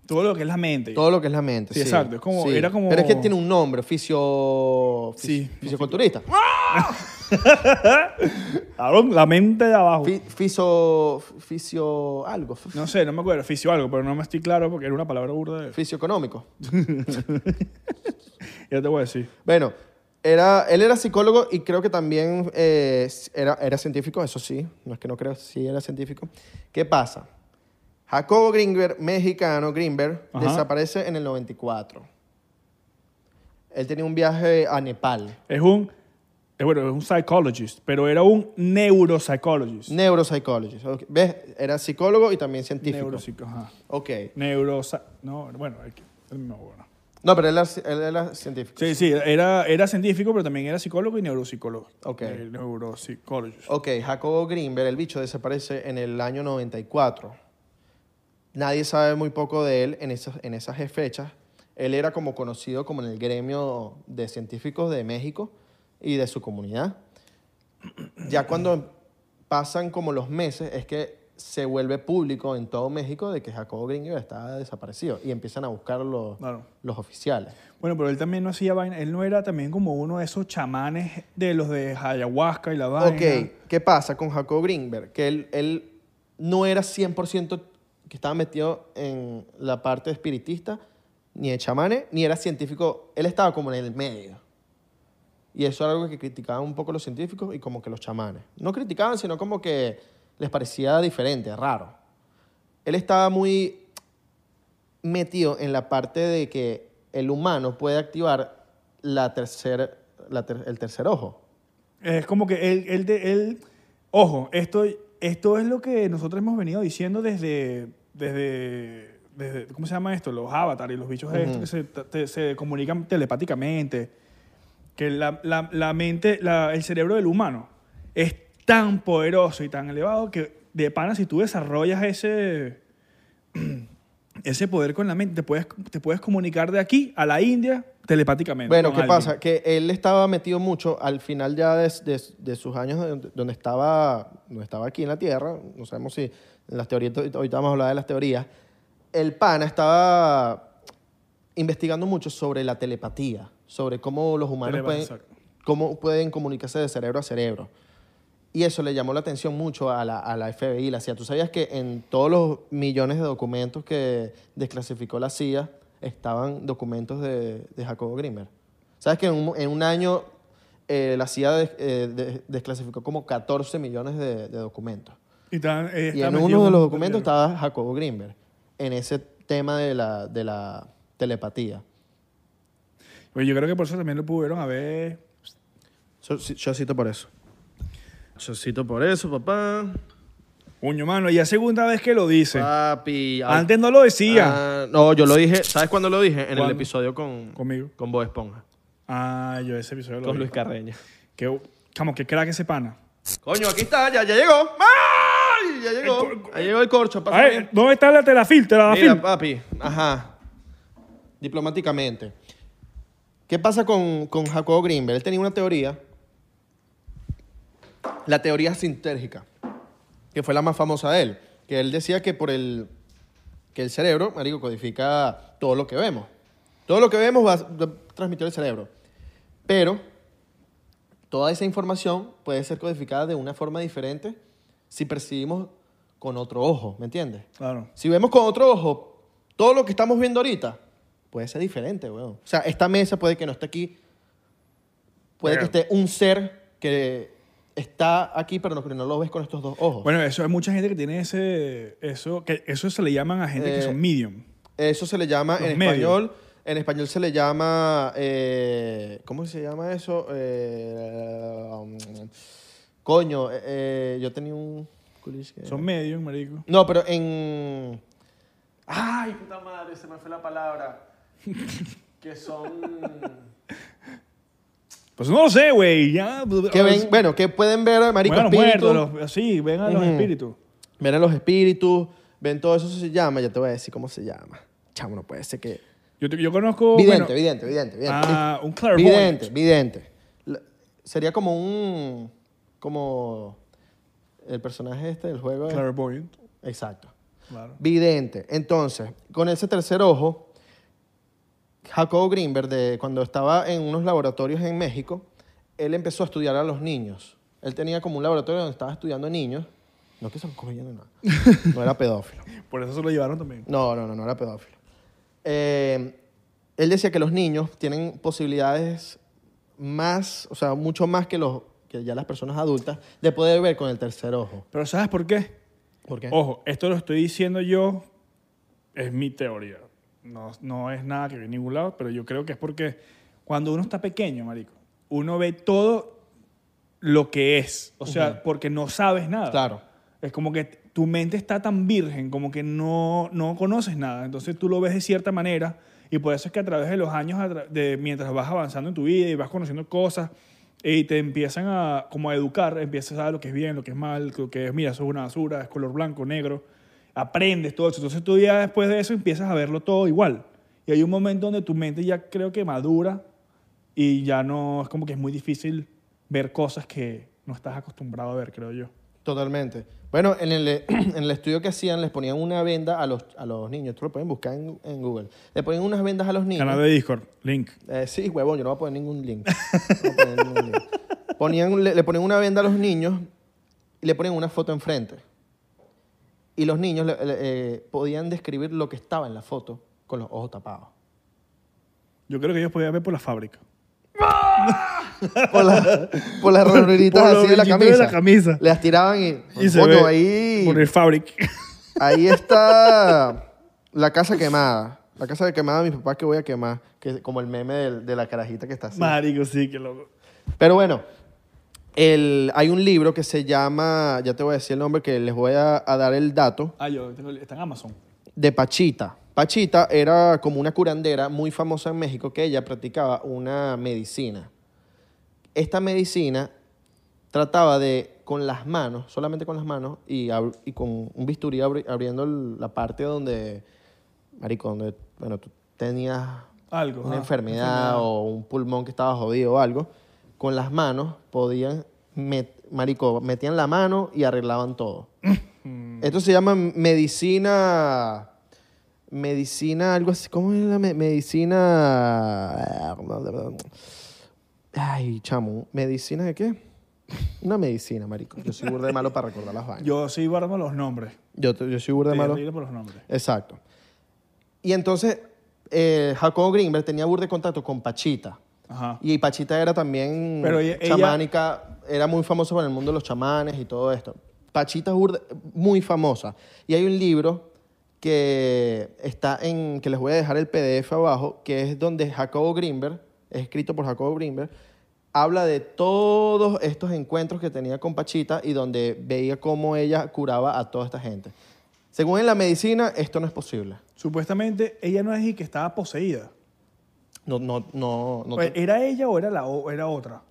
Speaker 1: Todo lo que es la mente.
Speaker 2: Todo lo que es la mente.
Speaker 1: Sí, exacto, es como- era como-
Speaker 2: Pero es que tiene un nombre, fisio... fis-
Speaker 1: Sí. ¡Ah!
Speaker 2: Fisioculturista.
Speaker 1: Cabrón, la mente de abajo.
Speaker 2: Fi- fisio... Fisio... Algo.
Speaker 1: no sé, no me acuerdo. Fisio algo, pero no me estoy claro porque era una palabra burda. de-
Speaker 2: Fisioeconómico.
Speaker 1: Ya te voy a decir.
Speaker 2: Bueno, era, él era psicólogo y creo que también eh, era, era científico, eso sí, no es que no creo, sí era científico. ¿Qué pasa? Jacobo Greenberg, mexicano Greenberg,
Speaker 1: Ajá.
Speaker 2: desaparece en el 94. Él tenía un viaje a Nepal.
Speaker 1: Es un, es bueno, es un psychologist, pero era un neuropsychologist.
Speaker 2: Neuropsychologist. ok. ¿Ves? Era psicólogo y también científico.
Speaker 1: Neuropsico, ajá.
Speaker 2: ok.
Speaker 1: Neurosa, no, bueno, es que- no, bueno.
Speaker 2: No, pero él era, él era científico.
Speaker 1: Sí, sí, era, era científico, pero también era psicólogo y neuropsicólogo.
Speaker 2: Ok.
Speaker 1: Eh, neuropsychologist.
Speaker 2: Ok, Jacobo Greenberg, el bicho, desaparece en el año 94. Nadie sabe muy poco de él en esas, en esas fechas. Él era como conocido como en el gremio de científicos de México y de su comunidad. Ya cuando pasan como los meses es que se vuelve público en todo México de que Jacobo Greenberg está desaparecido y empiezan a buscar los,
Speaker 1: Claro.
Speaker 2: los oficiales.
Speaker 1: Bueno, pero él también no hacía vaina. Él no era también como uno de esos chamanes de los de ayahuasca y la vaina.
Speaker 2: Ok, ¿qué pasa con Jacob Greenberg? Que él, él no era 100% que estaba metido en la parte espiritista, ni de chamanes, ni era científico. Él estaba como en el medio. Y eso era algo que criticaban un poco los científicos y como que los chamanes. No criticaban, sino como que les parecía diferente, raro. Él estaba muy metido en la parte de que el humano puede activar la tercer, la ter- el tercer ojo.
Speaker 1: Es como que él, él, de- él- ojo, esto, esto es lo que nosotros hemos venido diciendo desde, desde, desde- ¿cómo se llama esto? Los avatars y los bichos estos que se, te- se comunican telepáticamente. Que la, la- la mente, la- el cerebro del humano es tan poderoso y tan elevado que de pana si tú desarrollas ese, ese poder con la mente, te puedes, te puedes comunicar de aquí a la India telepáticamente.
Speaker 2: Bueno,
Speaker 1: con
Speaker 2: ¿qué
Speaker 1: alguien.
Speaker 2: pasa? Que él estaba metido mucho al final ya de, de- de sus años donde- donde estaba, donde estaba aquí en la Tierra, no sabemos si en las teorías, ahorita ahorita vamos a hablar de las teorías, el pana estaba investigando mucho sobre la telepatía, sobre cómo los humanos
Speaker 1: Telepa-
Speaker 2: pueden,
Speaker 1: exacto.
Speaker 2: cómo pueden comunicarse de cerebro a cerebro. Y eso le llamó la atención mucho a la, a la FBI, la CIA. Tú sabías que en todos los millones de documentos que desclasificó la CIA estaban documentos de, de Jacobo Grimmer. ¿Sabes que en un, en un año eh, la CIA des- eh, des- desclasificó como 14 millones de, de documentos?
Speaker 1: Y, tan- eh,
Speaker 2: Y
Speaker 1: está
Speaker 2: en
Speaker 1: metido
Speaker 2: uno de los
Speaker 1: un-
Speaker 2: documentos estaba Jacobo Grimmer, en ese tema de la, de la telepatía.
Speaker 1: Pues yo creo que por eso también lo pudieron haber.
Speaker 2: Yo, yo cito por eso. Yo cito por eso, papá.
Speaker 1: Uño, mano, ya es segunda vez que lo dice.
Speaker 2: Papi. ay-
Speaker 1: Antes no lo decía.
Speaker 2: Ah, no, yo lo dije. ¿Sabes cuándo lo dije? En el
Speaker 1: ¿Cuándo?
Speaker 2: episodio con.
Speaker 1: Conmigo.
Speaker 2: Con Bob Esponja.
Speaker 1: Ah, yo ese episodio lo
Speaker 2: Con
Speaker 1: vi.
Speaker 2: Luis Carreño.
Speaker 1: Que, chamo, qué crack ese pana.
Speaker 2: Coño, aquí está, ya, ya llegó. ¡Ay! Ya llegó. Ya llegó el corcho. pásame
Speaker 1: Ay,
Speaker 2: bien.
Speaker 1: ¿Dónde está la telafil?
Speaker 2: Mira,
Speaker 1: Telafil.
Speaker 2: papi. Ajá. Diplomáticamente. ¿Qué pasa con, con Jacobo Greenberg? Él tenía una teoría. La teoría sintérgica. Que fue la más famosa de él. Que él decía que por el. que el cerebro, marico, codifica todo lo que vemos. Todo lo que vemos va va transmitido el cerebro. Pero toda esa información puede ser codificada de una forma diferente si percibimos con otro ojo, ¿me entiendes?
Speaker 1: Claro.
Speaker 2: Si vemos con otro ojo, todo lo que estamos viendo ahorita puede ser diferente, weón. O sea, esta mesa puede que no esté aquí. Puede
Speaker 1: Claro.
Speaker 2: que esté un ser que está aquí, pero no, no lo ves con estos dos ojos.
Speaker 1: Bueno, eso hay mucha gente que tiene ese. Eso, que eso se le llaman a gente que
Speaker 2: Eh,
Speaker 1: son medium.
Speaker 2: Eso se le llama
Speaker 1: Los
Speaker 2: en
Speaker 1: medios.
Speaker 2: español. En español se le llama. eh, ¿Cómo se llama eso? Eh, um, coño, eh, eh, yo tenía un. culis que-
Speaker 1: Son medium, marico.
Speaker 2: No, pero en. ¡Ay, puta madre! Se me fue la palabra. que son.
Speaker 1: Pues no lo sé, güey. Ya.
Speaker 2: Que ven, bueno, que pueden ver, marico,
Speaker 1: Bueno, los
Speaker 2: espíritus.
Speaker 1: muertos, los- así, ven a los
Speaker 2: Ujú.
Speaker 1: espíritus.
Speaker 2: Ven a los espíritus, ven todo eso, eso se llama. Ya te voy a decir cómo se llama. Chamo, no puede ser que.
Speaker 1: Yo, te- yo conozco.
Speaker 2: Vidente,
Speaker 1: Oh, bueno,
Speaker 2: vidente, vidente, vidente.
Speaker 1: Ah,
Speaker 2: Listo.
Speaker 1: un clairvoyant.
Speaker 2: Vidente, vidente. La- sería como un. Como. El personaje este del juego. es-
Speaker 1: Clairvoyant.
Speaker 2: Exacto.
Speaker 1: Claro.
Speaker 2: Vidente. Entonces, con ese tercer ojo, Jacob Greenberg, de, cuando estaba en unos laboratorios en México, él empezó a estudiar a los niños. Él tenía como un laboratorio donde estaba estudiando niños. No que se los cogiera ni nada. No era pedófilo.
Speaker 1: Por eso se lo llevaron también.
Speaker 2: No, no, no, no era pedófilo. Eh, él decía que los niños tienen posibilidades más, o sea, mucho más que, los, que ya las personas adultas de poder ver con el tercer ojo.
Speaker 1: Pero ¿sabes por qué?
Speaker 2: ¿Por qué?
Speaker 1: Ojo, esto lo estoy diciendo yo, es mi teoría. No, no es nada que viene de ningún lado, pero yo creo que es porque Cuando uno está pequeño, marico, uno ve todo lo que es. O sea, porque no sabes nada.
Speaker 2: Claro.
Speaker 1: Es como que tu mente está tan virgen, como que no, no conoces nada. Entonces tú lo ves de cierta manera y por eso es que a través de los años, a tra- de, mientras vas avanzando en tu vida y vas conociendo cosas eh, y te empiezan a, como a educar, empiezas a saber lo que es bien, lo que es mal, lo que es, mira, eso es una basura, es color blanco, negro. Aprendes todo eso. Entonces tú ya después de eso empiezas a verlo todo igual. Y hay un momento donde tu mente ya creo que madura y ya no, es como que es muy difícil ver cosas que no estás acostumbrado a ver, creo yo.
Speaker 2: Totalmente. Bueno, en el, en el estudio que hacían les ponían una venda a los, a los niños. Esto lo pueden buscar en, en Google. Le ponían unas vendas a los niños.
Speaker 1: Canal de Discord, link.
Speaker 2: Eh, sí, huevón, yo no voy a poner ningún link. No voy a poner ningún link. Ponían, un- le, le ponían una venda a los niños y le ponían una foto enfrente. Y los niños le- le- eh, podían describir lo que estaba en la foto con los ojos tapados.
Speaker 1: Yo creo que ellos podían ver por la fábrica.
Speaker 2: Por, la- por las ranuritas
Speaker 1: Por los
Speaker 2: así de la
Speaker 1: brillitos
Speaker 2: camisa.
Speaker 1: de la camisa.
Speaker 2: Las tiraban y,
Speaker 1: Y se ve
Speaker 2: coño, ahí,
Speaker 1: por el fabric.
Speaker 2: ahí está la casa quemada. La casa quemada de mis papás que voy a quemar. Que es como el meme del- de, la carajita que está así.
Speaker 1: Marico, sí, que loco.
Speaker 2: Pero bueno, el, hay un libro que se llama, ya te voy a decir el nombre, que les voy a, a dar el dato,
Speaker 1: Ah, yo tengo, está en Amazon.
Speaker 2: de Pachita. Pachita era como una curandera muy famosa en México que ella practicaba una medicina. Esta medicina trataba de, con las manos, solamente con las manos, y, abr- y con un bisturí abri- abriendo el- la parte donde, marico, donde, bueno, tú tenías
Speaker 1: Algo.
Speaker 2: una
Speaker 1: ah,
Speaker 2: enfermedad, o un pulmón que estaba jodido o algo, con las manos podían, met- marico, metían la mano y arreglaban todo.
Speaker 1: Mm.
Speaker 2: Esto se llama medicina, medicina, algo así, ¿cómo es la me- medicina? Ay, chamo, ¿medicina de qué? Una medicina, marico. Yo soy burda de malo para recordar las vainas.
Speaker 1: Yo soy barba los nombres.
Speaker 2: Yo, te- yo soy burda de malo.
Speaker 1: Terrible por los nombres.
Speaker 2: Exacto. Y entonces, eh, Jacobo Greenberg tenía burda de contacto con Pachita.
Speaker 1: Ajá.
Speaker 2: Y Pachita era también
Speaker 1: Pero ella- ella-
Speaker 2: chamánica, era muy famosa por el mundo de los chamanes y todo esto. Pachita es burda- muy famosa. Y hay un libro que está en, que les voy a dejar el PDF abajo, que es donde Jacobo Greenberg, escrito por Jacobo Greenberg, habla de todos estos encuentros que tenía con Pachita y donde veía cómo ella curaba a toda esta gente. Según en la medicina, esto no es posible.
Speaker 1: Supuestamente ella no es y que estaba poseída.
Speaker 2: No, no, no, no
Speaker 1: Pues,
Speaker 2: te-
Speaker 1: ¿Era ella o era, la, o era otra?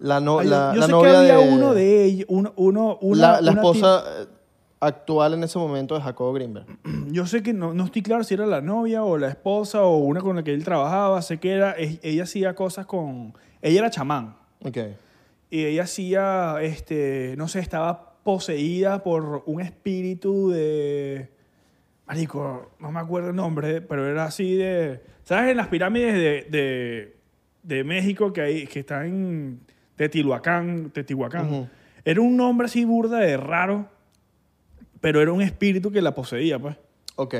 Speaker 2: la, no-
Speaker 1: Ah, yo-
Speaker 2: la-
Speaker 1: yo
Speaker 2: la
Speaker 1: sé que
Speaker 2: novia
Speaker 1: había uno de ellos, uno, uno, una,
Speaker 2: la, la
Speaker 1: una
Speaker 2: esposa eh, actual en ese momento de Jacobo Greenberg.
Speaker 1: Yo sé que no, no estoy claro si era la novia o la esposa o una con la que él trabajaba. Sé que era, e- ella hacía cosas con... Ella era chamán.
Speaker 2: Ok.
Speaker 1: Y ella hacía, este, no sé, estaba poseída por un espíritu de... Marico, no me acuerdo el nombre, pero era así de... ¿Sabes? En las pirámides de, de, de México que, hay, que están en Teotihuacán, Teotihuacán. Era un nombre así burda de raro, pero era un espíritu que la poseía, pues.
Speaker 2: Ok.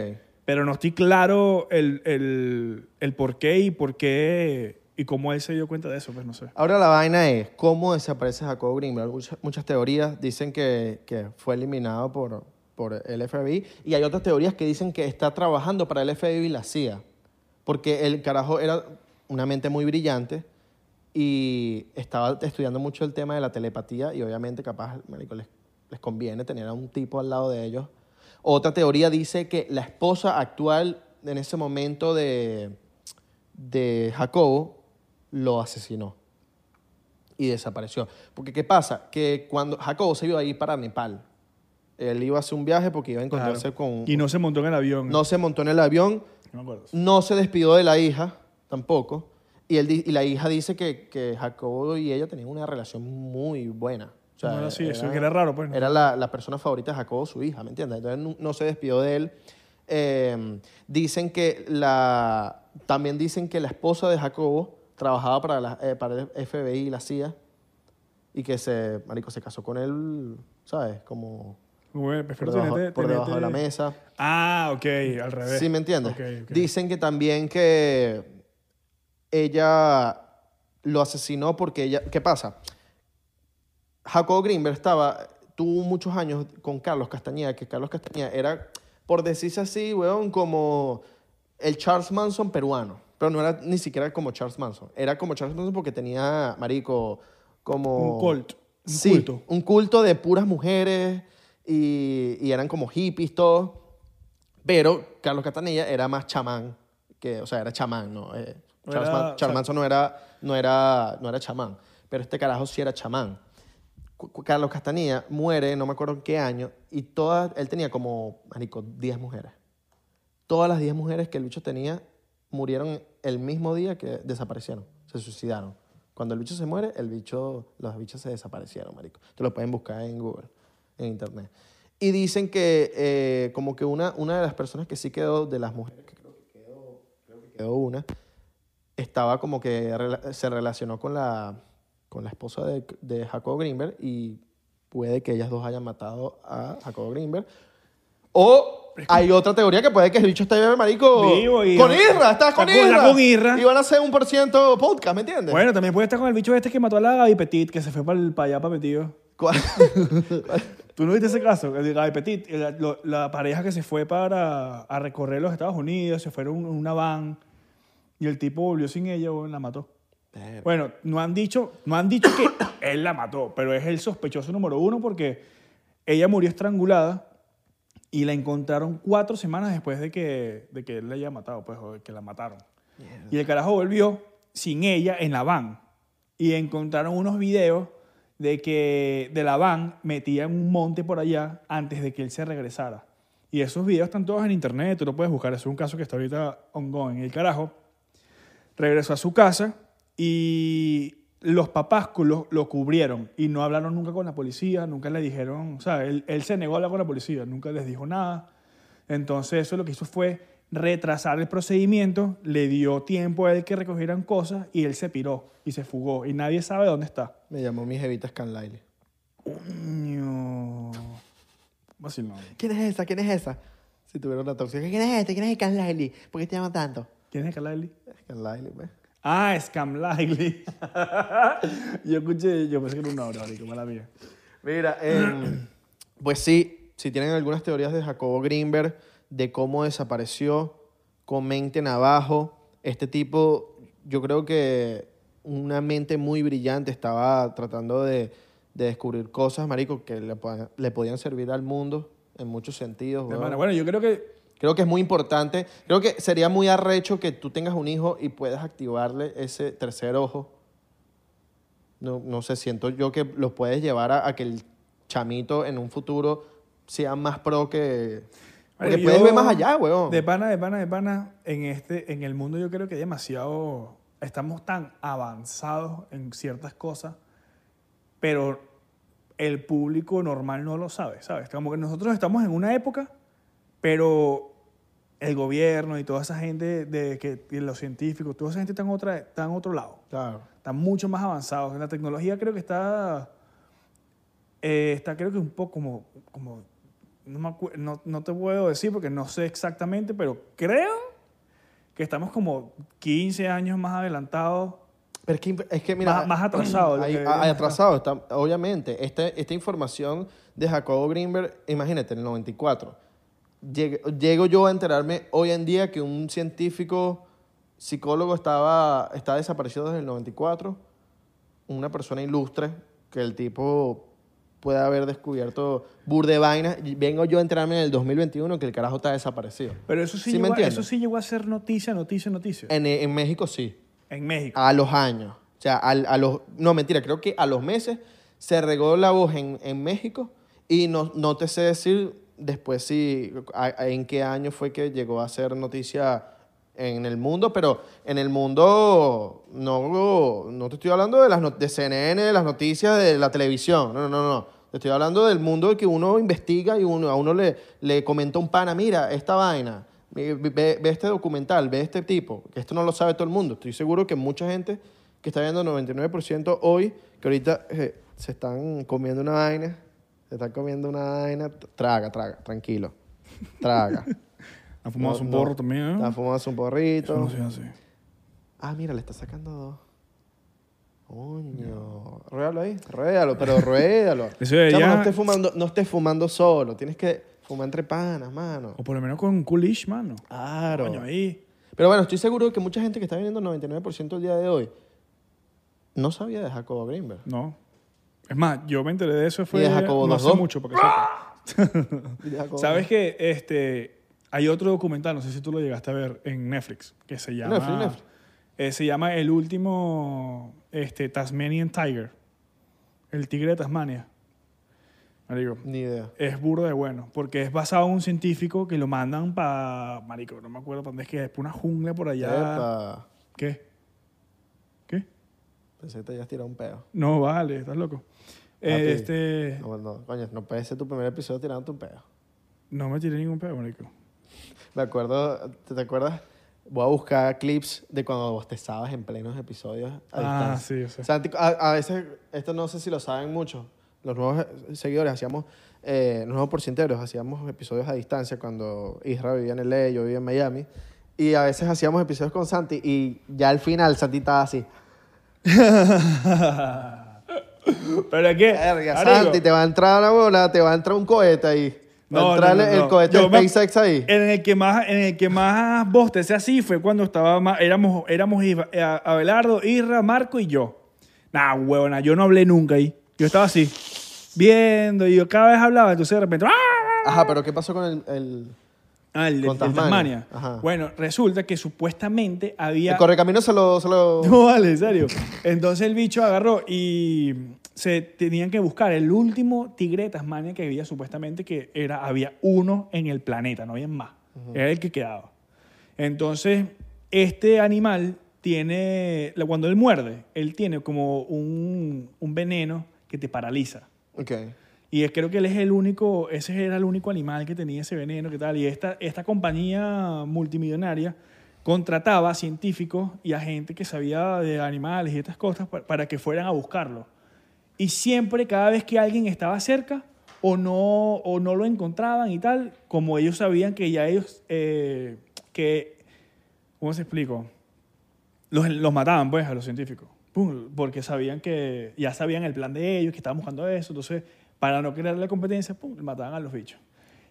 Speaker 1: Pero no estoy claro el, el, el por qué y por qué y cómo él se dio cuenta de eso, pues no sé.
Speaker 2: Ahora la vaina es, ¿cómo desaparece Jacobo Greenberg? Mucha- muchas teorías dicen que, que fue eliminado por, por el FBI y hay otras teorías que dicen que está trabajando para el FBI y la CIA. Porque el carajo era una mente muy brillante y estaba estudiando mucho el tema de la telepatía y obviamente capaz, marico, les, les conviene tener a un tipo al lado de ellos. Otra teoría dice que la esposa actual en ese momento de, de Jacobo lo asesinó y desapareció. Porque ¿qué pasa? Que cuando Jacobo se iba a ir para Nepal, él iba a hacer un viaje porque iba a encontrarse
Speaker 1: Claro.
Speaker 2: con...
Speaker 1: Y no se montó en el avión.
Speaker 2: no se montó en el avión,
Speaker 1: No me acuerdo.
Speaker 2: no se despidió de la hija tampoco. Y, él, di- y la hija dice que, que Jacobo y ella tenían una relación muy buena. O sea,
Speaker 1: No era así, eso que era raro, pues, ¿no?
Speaker 2: Era la, la persona favorita de Jacobo, su hija, ¿me entiendes? Entonces nu- no, se despidió de él. Eh, dicen que la. También dicen que la esposa de Jacobo trabajaba para, la- eh, para el FBI y la CIA y que se, marico, se casó con él, ¿sabes? Como
Speaker 1: Bueno, prefiero
Speaker 2: por debajo,
Speaker 1: tenerte-
Speaker 2: por debajo de la
Speaker 1: tenerte-
Speaker 2: mesa.
Speaker 1: Ah, ok, al revés.
Speaker 2: Sí, ¿me entiendes?
Speaker 1: Ok, ok.
Speaker 2: Dicen que también que ella lo asesinó porque ella... ¿Qué pasa? Jacob Greenberg estaba... Tuvo muchos años con Carlos Castañeda, que Carlos Castañeda era, por decirse así, weón, como el Charles Manson peruano. Pero no era ni siquiera como Charles Manson. Era como Charles Manson porque tenía, marico, como...
Speaker 1: Un cult, un
Speaker 2: sí,
Speaker 1: culto.
Speaker 2: un culto de puras mujeres y, y eran como hippies todos. Pero Carlos Catanilla era más chamán que, o sea, era chamán, ¿no? Eh,
Speaker 1: No
Speaker 2: Charles,
Speaker 1: era-
Speaker 2: Man- Charles Manson no era, no, era, no era chamán, pero este carajo sí era chamán. Cu- cu- Carlos Castanilla muere, no me acuerdo en qué año, y todas, él tenía como, marico, 10 mujeres. Todas las 10 mujeres que Lucho tenía murieron el mismo día que desaparecieron, se suicidaron. Cuando el bicho se muere, el bicho, los bichos se desaparecieron, marico. Te lo pueden buscar en Google, en internet. Y dicen que eh, como que una, una de las personas que sí quedó, de las mujeres que creo que quedó, creo que quedó una, estaba como que rela- se relacionó con la, con la esposa de, de Jacob Greenberg y puede que ellas dos hayan matado a Jacob Greenberg. O hay otra teoría que puede que el bicho esté marico
Speaker 1: Vivo y-
Speaker 2: con Irra, estás con
Speaker 1: Está con-
Speaker 2: Irra.
Speaker 1: está con Irra.
Speaker 2: Y van a hacer un por ciento podcast, ¿me entiendes?
Speaker 1: Bueno, también puede estar con el bicho este que mató a la Gaby Petit, que se fue para, allá para metido.
Speaker 2: ¿Cuál-
Speaker 1: ¿Tú no viste ese caso? El de Gaby Petit, la, lo- la pareja que se fue para a recorrer los Estados Unidos, se fueron en una van y el tipo volvió sin ella, weón, la mató. Bueno, no han dicho, no han dicho que él la mató, pero es el sospechoso número uno porque ella murió estrangulada y la encontraron cuatro semanas después de que, de que él la haya matado, pues, o que la mataron. Y el carajo volvió sin ella en la van y encontraron unos videos de que de la van metía en un monte por allá antes de que él se regresara. Y esos videos están todos en internet, tú lo puedes buscar, es un caso que está ahorita ongoing. Y el carajo regresó a su casa y los papás cu- lo, lo cubrieron y no hablaron nunca con la policía, nunca le dijeron, o sea, él, él se negó a hablar con la policía, nunca les dijo nada. Entonces eso lo que hizo fue retrasar el procedimiento, le dio tiempo a él que recogieran cosas y él se piró y se fugó y nadie sabe dónde está.
Speaker 2: Me llamó mi jevita Scanlile.
Speaker 1: Coño. Vacilón.
Speaker 2: ¿Quién es esa? ¿Quién es esa? Si tuvieron una tóxica. ¿Quién es este? ¿Quién es Scanlile? ¿Por qué te llaman tanto?
Speaker 1: ¿Quién es Carlisle?
Speaker 2: Scanlile, pues.
Speaker 1: Ah, Scam Lively. yo escuché, yo pensé que era una hora, marico, mala mía.
Speaker 2: Mira, em, pues sí, si tienen algunas teorías de Jacobo Greenberg, de cómo desapareció, comenten abajo. Este tipo, yo creo que una mente muy brillante estaba tratando de, de descubrir cosas, marico, que le, puedan- le podían servir al mundo en muchos sentidos.
Speaker 1: De
Speaker 2: weón.
Speaker 1: pana. Bueno, yo creo que
Speaker 2: Creo que es muy importante. Creo que sería muy arrecho que tú tengas un hijo y puedas activarle ese tercer ojo. No, no sé, siento yo que lo puedes llevar a, a que el chamito en un futuro sea más pro que... Porque
Speaker 1: Marico,
Speaker 2: puedes
Speaker 1: yo-
Speaker 2: ver más allá, weón.
Speaker 1: De pana, de pana, de pana, en, este, en el mundo yo creo que hay demasiado, estamos tan avanzados en ciertas cosas, pero el público normal no lo sabe, ¿sabes? Como que nosotros estamos en una época, pero el gobierno y toda esa gente, de que, y los científicos, toda esa gente está en, otra, está en otro lado
Speaker 2: Claro.
Speaker 1: están mucho más avanzados. La tecnología creo que está, eh, está creo que un poco como, como no, me acue- no, no te puedo decir porque no sé exactamente, pero creo que estamos como 15 años más adelantados.
Speaker 2: Pero es que, es que, mira... eh,
Speaker 1: Más- más atrasado, lo
Speaker 2: Hay, ah,
Speaker 1: que
Speaker 2: hay
Speaker 1: deberíamos
Speaker 2: atrasado, está- obviamente. Este- esta información de Jacobo Greenberg, imagínate, en el 94. Lleg- llego yo a enterarme hoy en día que un científico psicólogo estaba, está desaparecido desde el 94. Una persona ilustre que el tipo puede haber descubierto burde vaina. Y Vengo yo a enterarme en el 2021 que el carajo está desaparecido.
Speaker 1: Pero eso sí,
Speaker 2: ¿Sí me
Speaker 1: llegó, a-
Speaker 2: entiendes?
Speaker 1: eso sí llegó a ser noticia, noticia, noticia.
Speaker 2: En, Ah, en México sí.
Speaker 1: En México.
Speaker 2: A los años. O sea, al- a, los. No, mentira, creo que a los meses se regó la voz en, en México y no, no te sé decir después si. a- a- en qué año fue que llegó a ser noticia en el mundo, pero en el mundo no, no te estoy hablando de las not- de CNN, de las noticias de la televisión. No, no, no, no. Te estoy hablando del mundo que uno investiga y uno, a uno le, le comenta un pana, mira, esta vaina, ve, ve- ve este documental, ve este tipo, que esto no lo sabe todo el mundo. Estoy seguro que mucha gente que está viendo 99% hoy, que ahorita eh, se están comiendo una vaina, se están comiendo una vaina, traga, traga, tranquilo, traga.
Speaker 1: Han fumado
Speaker 2: No,
Speaker 1: un
Speaker 2: no.
Speaker 1: porro también,
Speaker 2: Están
Speaker 1: ¿no?
Speaker 2: fumando un porrito.
Speaker 1: No sé, así.
Speaker 2: Ah, mira, le está sacando dos. Coño. Ruédalo ahí. Ruédalo, pero ruédalo.
Speaker 1: Eso debería-
Speaker 2: Chamo, no estés fumando, no estés fumando solo. Tienes que fumar entre panas, mano.
Speaker 1: O por lo menos con un coolish, mano.
Speaker 2: Claro.
Speaker 1: Coño, ahí.
Speaker 2: Pero bueno, estoy seguro que mucha gente que está viendo el 99% el día de hoy no sabía de Jacobo Greenberg.
Speaker 1: No. Es más, yo me enteré de eso fue
Speaker 2: Y de Jacobo
Speaker 1: no
Speaker 2: los
Speaker 1: hace
Speaker 2: dos.
Speaker 1: mucho. Porque sepa.
Speaker 2: Y de Jacobo
Speaker 1: ¿Sabes que este, hay otro documental, no sé si tú lo llegaste a ver, en Netflix, que se llama...
Speaker 2: Netflix, Netflix.
Speaker 1: eh, se llama El Último este, Tasmanian Tiger. El tigre de Tasmania. Marico,
Speaker 2: Ni idea.
Speaker 1: es burda de bueno, porque es basado en un científico que lo mandan para... Marico, no me acuerdo dónde es que es, pa' una jungla por allá.
Speaker 2: Epa,
Speaker 1: ¿Qué? ¿Qué?
Speaker 2: Pensé que te habías tirado un pedo.
Speaker 1: No, vale, estás loco. Eh,
Speaker 2: Papi,
Speaker 1: este,
Speaker 2: No, no, coño, no puede ser tu primer episodio tirándote un pedo.
Speaker 1: no me tiré ningún pedo, marico.
Speaker 2: Me acuerdo, ¿te, te acuerdas? Voy a buscar clips de cuando bostezabas en plenos episodios a
Speaker 1: Ah,
Speaker 2: distancia.
Speaker 1: sí, yo sé.
Speaker 2: O sea, a, a veces, esto no sé si lo saben mucho, los nuevos eh, seguidores hacíamos, eh, los nuevos porcienteros hacíamos episodios a distancia cuando Isra vivía en LA, yo vivía en Miami, y a veces hacíamos episodios con Santi y ya al final Santi estaba así,
Speaker 1: Pero es que.
Speaker 2: verga,
Speaker 1: marico,
Speaker 2: Santi, te va a entrar una bola, te va a entrar un cohete ahí, va a
Speaker 1: no,
Speaker 2: entrar
Speaker 1: no, no,
Speaker 2: el
Speaker 1: no.
Speaker 2: cohete
Speaker 1: Yo me- Eh.
Speaker 2: de SpaceX ahí.
Speaker 1: En el que más, en el que más bostecé así fue cuando estaba más, éramos, éramos Iba- eh, Abelardo, Irra, Marco y yo. Nah, huevona, yo no hablé nunca ahí. Yo estaba así, viendo, y yo cada vez hablaba, entonces de repente. ¡ah!
Speaker 2: Ajá, pero ¿qué pasó con el, el,
Speaker 1: Ah, el de,
Speaker 2: Con
Speaker 1: el de Tasmania.
Speaker 2: Tasmania. Ajá.
Speaker 1: Bueno, resulta que supuestamente había.
Speaker 2: el correcamino? Se lo... Se lo...
Speaker 1: No vale, en serio. Entonces el bicho agarró y se tenían que buscar el último tigre de Tasmania que había supuestamente que era había uno en el planeta, no había más. Era el que quedaba. Entonces este animal tiene la- cuando él muerde, él tiene como un, un veneno que te paraliza.
Speaker 2: Ok.
Speaker 1: Y es- creo que él es el único, ese era el único animal que tenía ese veneno, que tal. Y esta, esta compañía multimillonaria contrataba a científicos y a gente que sabía de animales y estas cosas pa- para, que fueran a buscarlo. Y siempre, cada vez que alguien estaba cerca o no, o no lo encontraban y tal, como ellos sabían que ya ellos, eh, que, ¿cómo se explico? los, los mataban, pues, a los científicos. Pum, porque sabían que ya sabían el plan de ellos, que estaban buscando eso. Entonces, para no crear la competencia, pum, mataban a los bichos.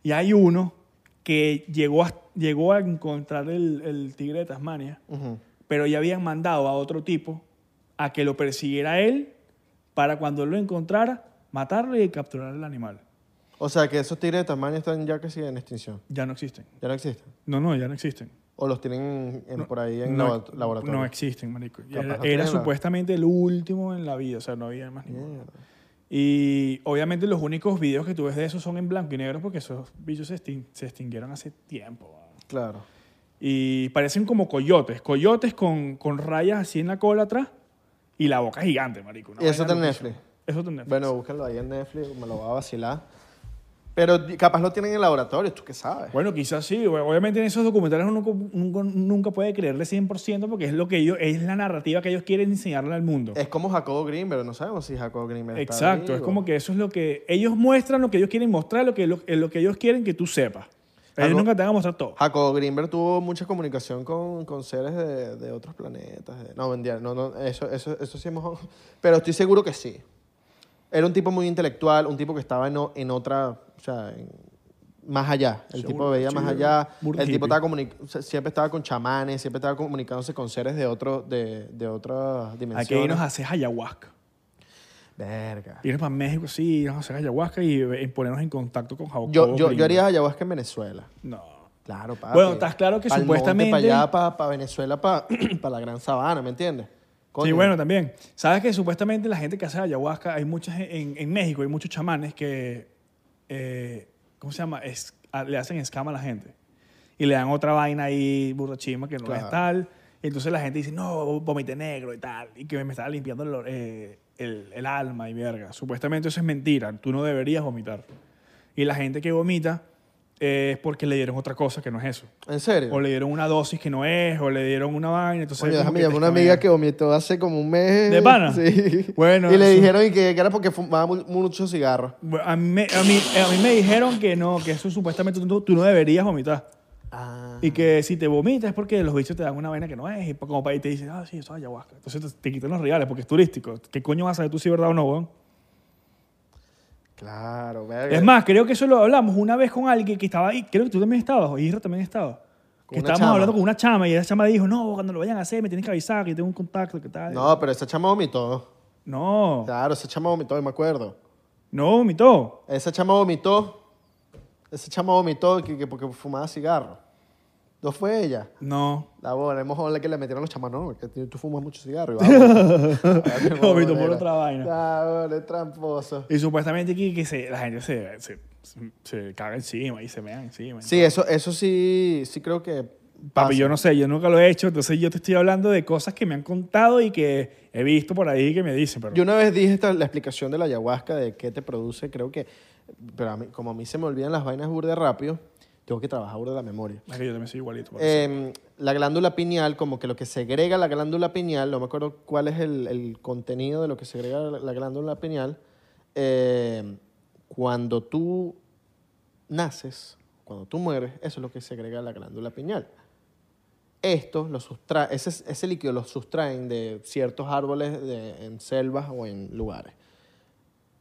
Speaker 1: Y hay uno que llegó a, llegó a encontrar el, el tigre de Tasmania, pero ya habían mandado a otro tipo a que lo persiguiera a él para cuando él lo encontrara, matarlo y capturar al animal.
Speaker 2: O sea, que esos tigres de Tasmania están ya casi en extinción.
Speaker 1: Ya no existen.
Speaker 2: Ya no existen.
Speaker 1: No, no, ya no existen.
Speaker 2: O los tienen en- por ahí en
Speaker 1: no,
Speaker 2: labo- laboratorio.
Speaker 1: no existen, marico. Y
Speaker 2: Capaz
Speaker 1: Era,
Speaker 2: no tienen
Speaker 1: era
Speaker 2: la-
Speaker 1: supuestamente el último en la vida, o sea, no había más ninguno. Y obviamente los únicos videos que tú ves de eso son en blanco y negro porque esos bichos se, extin- se extinguieron hace tiempo. weón.
Speaker 2: Claro.
Speaker 1: Y parecen como coyotes, coyotes con, con rayas así en la cola atrás y la boca gigante, marico. una
Speaker 2: Y eso
Speaker 1: vaina
Speaker 2: está en
Speaker 1: loquísima.
Speaker 2: Netflix.
Speaker 1: Eso está en Netflix.
Speaker 2: Bueno, búscalo ahí en Netflix, me lo va a vacilar. Pero di- capaz lo tienen en laboratorio, tú qué sabes.
Speaker 1: Bueno, quizás sí. güey. Obviamente en esos documentales uno co- nunca, nunca puede creerle 100% porque es lo que ellos, es la narrativa que ellos quieren enseñarle al mundo.
Speaker 2: Es como Jacobo Greenberg, no sabemos si Jacobo Greenberg está
Speaker 1: Exacto, es
Speaker 2: vivo.
Speaker 1: como que eso es lo que ellos muestran, lo que ellos quieren mostrar, lo que, lo, lo que ellos quieren que tú sepas. Ellos
Speaker 2: Algo-
Speaker 1: nunca te van a mostrar todo.
Speaker 2: Jacobo Greenberg tuvo mucha comunicación con, con seres de, de otros planetas. de- No, mentira, no, no, eso, eso, eso sí es mojón. Pero estoy seguro que sí. Era un tipo muy intelectual, un tipo que estaba en, o- en otra, o sea, en- más allá. El
Speaker 1: Seguro,
Speaker 2: tipo veía
Speaker 1: sí,
Speaker 2: más allá.
Speaker 1: burda
Speaker 2: El tipo
Speaker 1: hippie.
Speaker 2: estaba comuni- o sea, siempre estaba con chamanes, siempre estaba comunicándose con seres de, otro, de, de otras dimensiones.
Speaker 1: Aquí nos haces ayahuasca.
Speaker 2: Verga.
Speaker 1: Irnos para México, sí, irnos a hacer ayahuasca y, eh, ponernos en contacto con Jacobo.
Speaker 2: Yo, yo,
Speaker 1: Greenberg.
Speaker 2: yo haría ayahuasca en Venezuela.
Speaker 1: No.
Speaker 2: Claro, papi.
Speaker 1: Bueno, estás claro que
Speaker 2: Pa'l monte,
Speaker 1: supuestamente-
Speaker 2: Para allá, para Venezuela, para la gran sabana, ¿me entiendes?
Speaker 1: Sí,
Speaker 2: Coño.
Speaker 1: bueno, también. Sabes que supuestamente la gente que hace ayahuasca, hay muchas en, en México, hay muchos chamanes que, eh, ¿cómo se llama? Es- a- le hacen escama a la gente. Y le dan otra vaina ahí, burrachima, que no
Speaker 2: Claro.
Speaker 1: es tal. Y entonces la gente dice, no, vomité negro y tal. Y que me estaba limpiando el, or- eh, el- el alma y verga. Supuestamente eso es mentira. Tú no deberías vomitar. Y la gente que vomita eh, es porque le dieron otra cosa que no es eso.
Speaker 2: ¿En serio?
Speaker 1: O le dieron una dosis que no es, o le dieron una vaina. Entonces,
Speaker 2: Coño,
Speaker 1: como
Speaker 2: déjame
Speaker 1: que te
Speaker 2: llamar a una amiga
Speaker 1: escamean.
Speaker 2: que vomitó hace como un mes.
Speaker 1: ¿De pana?
Speaker 2: Sí.
Speaker 1: Bueno,
Speaker 2: Y le
Speaker 1: eso-
Speaker 2: dijeron y que que era porque fumaba mu- mucho cigarro.
Speaker 1: Bueno, A mí, me- a, mí, a mí me dijeron que no, que eso supuestamente tú, tú no deberías vomitar.
Speaker 2: Ah.
Speaker 1: Y que si te vomitas es porque los bichos te dan una vaina que no es. Y pa- como para ahí te dicen, ah, sí, eso es ayahuasca. Entonces te, te quitan los reales porque es turístico. ¿Qué coño vas a saber tú si es verdad o no, weón?
Speaker 2: Claro, verga.
Speaker 1: Es más, creo que eso lo hablamos una vez con alguien que estaba ahí. Creo que tú también estabas, o Isra también estaba. Que
Speaker 2: Con una
Speaker 1: estábamos
Speaker 2: chama.
Speaker 1: hablando con una chama y esa chama dijo, no, cuando lo vayan a hacer me tienen que avisar que tengo un contacto, que tal.
Speaker 2: No, pero esa chama vomitó.
Speaker 1: No,
Speaker 2: Claro, esa chama vomitó, me acuerdo.
Speaker 1: no, vomitó.
Speaker 2: Esa chama vomitó. Esa chama vomitó que, que porque fumaba cigarro. No fue ella.
Speaker 1: No.
Speaker 2: La bola, hemos hablado que le metieron los chamanos, que tú tú fumas mucho cigarro. y va, bueno.
Speaker 1: Lo vomitó por
Speaker 2: Bolera.
Speaker 1: otra vaina.
Speaker 2: Ah, bueno, es tramposo.
Speaker 1: Y supuestamente que, que se- la gente se, se, se- se caga encima y se mea encima.
Speaker 2: Sí, eso, eso sí, sí creo que. pasa.
Speaker 1: Papi, yo no sé, yo nunca lo he hecho, entonces yo te estoy hablando de cosas que me han contado y que he visto por ahí que me dicen, pero
Speaker 2: Yo una vez dije esta- la explicación de la ayahuasca de qué te produce, creo que. Pero a mí- como a mí se me olvidan las vainas burda rápido, tengo que trabajar burda la memoria.
Speaker 1: es que yo también soy igualito. por eso.
Speaker 2: Eh, la glándula pineal, como que lo que segrega la glándula pineal, no me acuerdo cuál es el, el contenido de lo que segrega la la glándula pineal, eh, cuando tú naces, cuando tú mueres, eso es lo que segrega la glándula pineal. Esto, lo sustra- ese, ese líquido lo sustraen de ciertos árboles de- en selvas o en lugares.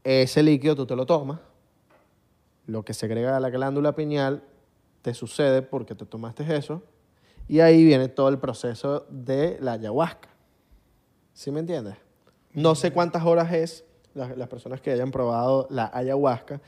Speaker 2: Ese líquido tú te lo tomas, lo que segrega la glándula pineal te sucede porque te tomaste eso y ahí viene todo el proceso de la ayahuasca. ¿Sí me entiendes? No sé cuántas horas es las, las personas que hayan probado la ayahuasca,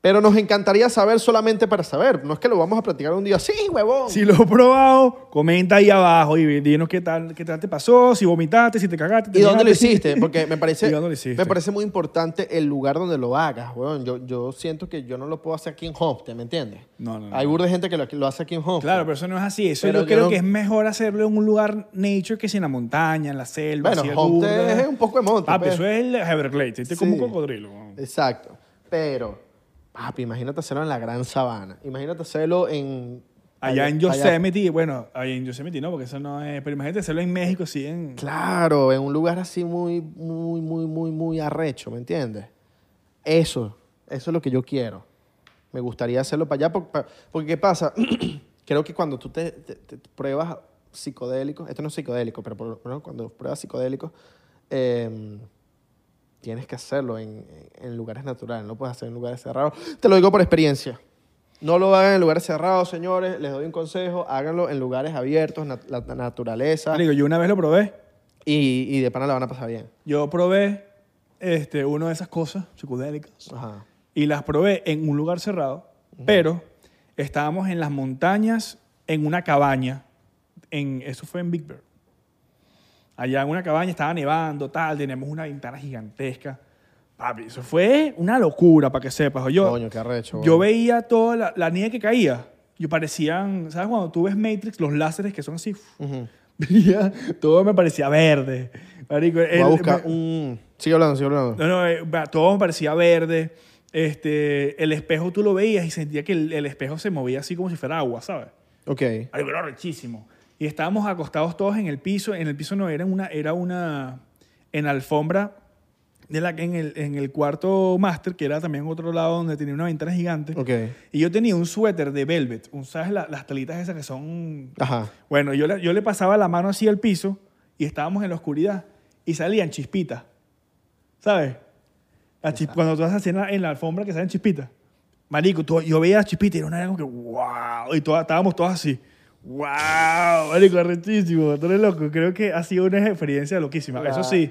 Speaker 2: pero nos encantaría saber solamente para saber. No es que lo vamos a practicar un día. Sí, huevón.
Speaker 1: Si lo he probado, comenta ahí abajo y dinos qué tal, qué tal te pasó, si vomitaste, si te cagaste. te
Speaker 2: ¿Y dónde lo
Speaker 1: measte.
Speaker 2: hiciste? Porque me parece,
Speaker 1: ¿Y dónde lo hiciste?
Speaker 2: me parece muy importante el lugar donde lo hagas, weón. Yo, yo siento que yo no lo puedo hacer aquí en Homestead, ¿me entiendes?
Speaker 1: No, no, no.
Speaker 2: Hay burda de gente que lo, lo hace aquí en Homestead.
Speaker 1: Claro, pero eso no es así. Eso
Speaker 2: Pero
Speaker 1: yo
Speaker 2: yo
Speaker 1: creo
Speaker 2: no-
Speaker 1: que es mejor hacerlo en un lugar nature que si en la montaña, en la selva.
Speaker 2: Bueno,
Speaker 1: así,
Speaker 2: Homestead
Speaker 1: burda.
Speaker 2: es un poco de monte,
Speaker 1: Papi,
Speaker 2: pues.
Speaker 1: eso es el Everglades. Este es como un
Speaker 2: Sí.
Speaker 1: cocodrilo. weón.
Speaker 2: Exacto. Pero, papi, imagínate hacerlo en la Gran Sabana. Imagínate hacerlo en...
Speaker 1: Allá en
Speaker 2: allá-
Speaker 1: Yosemite, bueno, allá en Yosemite no, porque eso no es. Pero imagínate hacerlo en México, sí, en.
Speaker 2: Claro, en un lugar así muy, muy, muy, muy, muy arrecho, ¿me entiendes? Eso, eso es lo que yo quiero. Me gustaría hacerlo para allá, porque, porque ¿qué pasa? Creo que cuando tú te, te- te pruebas psicodélicos, esto no es psicodélico, pero por lo menos cuando pruebas psicodélicos, em, tienes que hacerlo en, en lugares naturales, no puedes hacer en lugares cerrados. Te lo digo por experiencia. No lo hagan en lugares cerrados, señores. Les doy un consejo, háganlo en lugares abiertos, nat- la la naturaleza.
Speaker 1: Marico, yo una vez lo probé.
Speaker 2: Y, y de pana la van a pasar bien.
Speaker 1: Yo probé este, una de esas cosas psicodélicas
Speaker 2: Ajá.
Speaker 1: y las probé en un lugar cerrado, pero estábamos en las montañas en una cabaña. En, eso fue en Big Bear. Allá en una cabaña estaba nevando, tal, teníamos una ventana gigantesca. Papi, eso fue una locura, para que sepas. o Yo,
Speaker 2: Coño, qué arrecho,
Speaker 1: Yo
Speaker 2: weón.
Speaker 1: veía toda la, la nieve que caía. Yo parecían, ¿sabes? Cuando tú ves Matrix, los láseres que son así. Brilla, todo me parecía verde. Marico,
Speaker 2: Voy a
Speaker 1: el-
Speaker 2: buscar
Speaker 1: me-
Speaker 2: un... Sigue hablando, sigue hablando.
Speaker 1: no, no, eh, va- todo me parecía verde. Este, el espejo tú lo veías y sentía que el, el espejo se movía así como si fuera agua, ¿sabes?
Speaker 2: Ok.
Speaker 1: Ay, pero rechísimo. Y estábamos acostados todos en el piso. En el piso no, era una, era una en alfombra de la, en, el, en el cuarto máster, que era también otro lado donde tenía una ventana gigante.
Speaker 2: Ok.
Speaker 1: Y yo tenía un suéter de velvet, un, ¿sabes? La- las telitas esas que son...
Speaker 2: Ajá.
Speaker 1: Bueno, yo le, yo le pasaba la mano así al piso y estábamos en la oscuridad y salían chispitas, ¿sabes? Las chis- cuando tú vas así en la, en la alfombra que salen chispitas. Marico, tú- yo veía las chispitas y era una algo que wow, y todas- estábamos todos así. ¡Wow! Marico, arrechísimo, tú eres loco. Creo que ha sido una experiencia loquísima.
Speaker 2: La-
Speaker 1: Eso sí,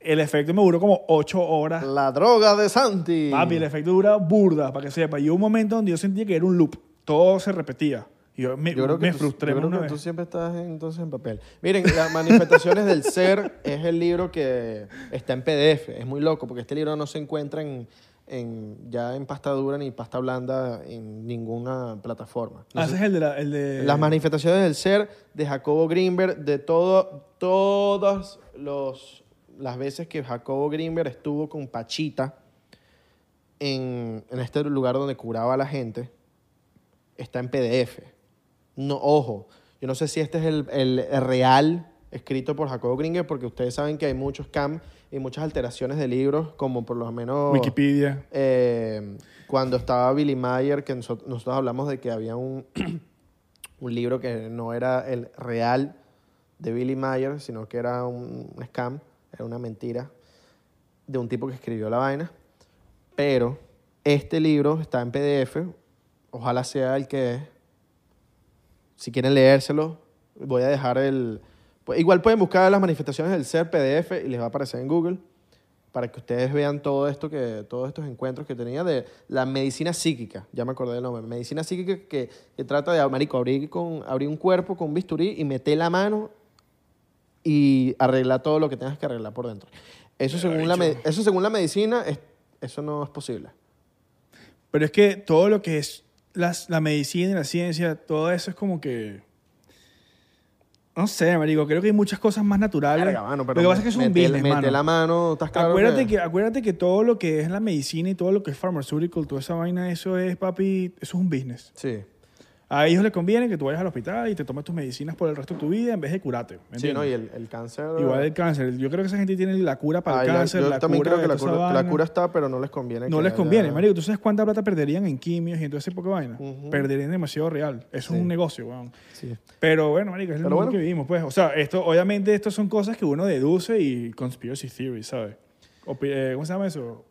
Speaker 1: el efecto me duró como ocho horas.
Speaker 2: La droga de Santi.
Speaker 1: Papi, el efecto dura burda, para que sepa. Y hubo un momento donde yo sentía que era un loop. Todo se repetía. Y yo me,
Speaker 2: Yo creo que,
Speaker 1: me
Speaker 2: tú,
Speaker 1: frustré
Speaker 2: yo creo
Speaker 1: una
Speaker 2: que
Speaker 1: vez.
Speaker 2: tú siempre estás en- entonces en papel. Miren, las manifestaciones del ser es el libro que está en PDF. Es muy loco porque este libro no se encuentra en, en- ya en pasta dura ni pasta blanda en ninguna plataforma.
Speaker 1: Ah, ese es el de... la- el de-
Speaker 2: Las manifestaciones del ser de Jacobo Greenberg, de todo, todas los, las veces que Jacobo Greenberg estuvo con Pachita en, en este lugar donde curaba a la gente, está en PDF. No, ojo, yo no sé si este es el, el real escrito por Jacobo Greenberg, porque ustedes saben que hay muchos cam y muchas alteraciones de libros, como por lo menos...
Speaker 1: Wikipedia.
Speaker 2: Eh, cuando estaba Billy Mayer, que noso- nosotros hablamos de que había un, un libro que no era el real de Billy Mayer, sino que era un, un scam, era una mentira de un tipo que escribió la vaina. Pero este libro está en PDF, ojalá sea el que es. Si quieren leérselo, voy a dejar el... pues, igual pueden buscar las manifestaciones del ser PDF y les va a aparecer en Google para que ustedes vean todo esto que, todos estos encuentros que tenía de la medicina psíquica. Ya me acordé del nombre. Medicina psíquica que, que trata de, marico, abrir, con, abrir un cuerpo con bisturí y meter la mano y arreglar todo lo que tengas que arreglar por dentro. Eso, según la, me- eso según la medicina, es- eso no es posible.
Speaker 1: Pero es que todo lo que es las- la medicina y la ciencia, todo eso es como que. No sé, marico, creo que hay muchas cosas más naturales.
Speaker 2: Verga, mano, pero
Speaker 1: lo que pasa es que es un
Speaker 2: meter-
Speaker 1: business,
Speaker 2: meter
Speaker 1: mano.
Speaker 2: la mano, estás claro
Speaker 1: acuérdate, que, acuérdate que todo lo que es la medicina y todo lo que es pharmaceutical, toda esa vaina, eso es, papi, eso es un business.
Speaker 2: Sí.
Speaker 1: A ellos les conviene que tú vayas al hospital y te tomes tus medicinas por el resto de tu vida en vez de curarte. ¿me
Speaker 2: Sí, ¿no? Y
Speaker 1: entiendes?
Speaker 2: el, el cáncer...
Speaker 1: Igual el cáncer. Yo creo que esa gente tiene la cura para
Speaker 2: Ay,
Speaker 1: el
Speaker 2: la-
Speaker 1: cáncer.
Speaker 2: yo
Speaker 1: la
Speaker 2: también
Speaker 1: cura
Speaker 2: creo que
Speaker 1: de
Speaker 2: la
Speaker 1: toda esa
Speaker 2: cura, la
Speaker 1: vaina.
Speaker 2: cura está, pero no les conviene.
Speaker 1: No
Speaker 2: que
Speaker 1: les conviene,
Speaker 2: haya-
Speaker 1: marico. ¿Tú sabes cuánta plata perderían en quimios y en toda esa poca vaina? Perderían demasiado real. Eso es un negocio, weón.
Speaker 2: Sí.
Speaker 1: Pero bueno, marico, es el
Speaker 2: Pero
Speaker 1: mundo
Speaker 2: bueno.
Speaker 1: que vivimos, pues. O sea, esto, obviamente, estas son cosas que uno deduce y conspiracy theory, ¿sabes? Opi- eh, ¿Cómo se llama eso?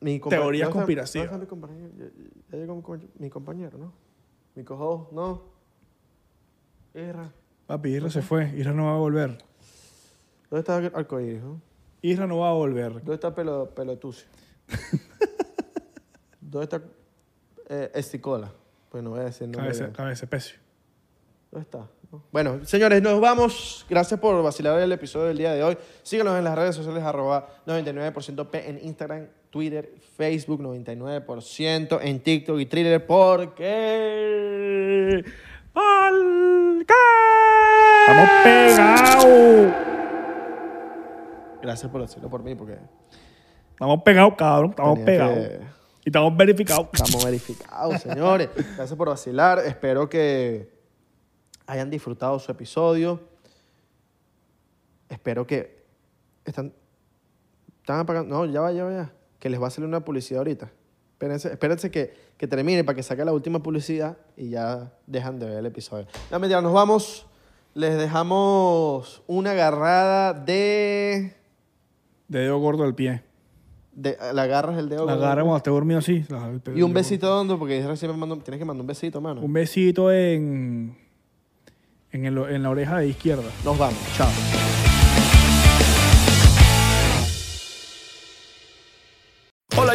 Speaker 2: Mi compa-
Speaker 1: Teorías
Speaker 2: ¿dónde está-
Speaker 1: conspirativas.
Speaker 2: dónde está mi compañero? Ya- ya llegó mi compañero- mi compañero, ¿no? Mi cojo, no. Isra.
Speaker 1: Papi, Isra se fue. Isra no va a volver.
Speaker 2: ¿Dónde está el arcoíris, no?
Speaker 1: Isra no va a volver.
Speaker 2: ¿Dónde está pelo, pelotucio? ¿Dónde está eh, esticola? Pues no voy a decir nombre
Speaker 1: Cabeza,
Speaker 2: bien.
Speaker 1: cabeza, pecio.
Speaker 2: ¿Dónde está? No. Bueno, señores, nos vamos. Gracias por vacilar el episodio del día de hoy. Síganos en las redes sociales, arroba 99% P en Instagram, Twitter, Facebook, 99% en TikTok y Twitter, porque...
Speaker 1: ¡Estamos pegados!
Speaker 2: Gracias por decirlo por mí, porque
Speaker 1: Estamos pegados, cabrón. Estamos
Speaker 2: Tenía
Speaker 1: pegados.
Speaker 2: que-
Speaker 1: Y estamos verificados.
Speaker 2: estamos verificados, señores. Gracias por vacilar. Espero que hayan disfrutado su episodio. Espero que... Están, están apagando... No, ya va, ya va, ya. Que les va a salir una publicidad ahorita. Espérense, espérense que, que termine para que saque la última publicidad y ya dejan de ver el episodio. No, mentira, nos vamos. Les dejamos una agarrada de...
Speaker 1: Dedo gordo del pie.
Speaker 2: de la agarras el dedo.
Speaker 1: La
Speaker 2: ¿verdad?
Speaker 1: agarra cuando esté dormido así. la- el-
Speaker 2: Y un besito dónde, porque recién me mando- tienes que mandar un besito, mano.
Speaker 1: Un besito en, en, el- en la oreja de izquierda.
Speaker 2: Nos Então vamos. Chao.
Speaker 3: Hola,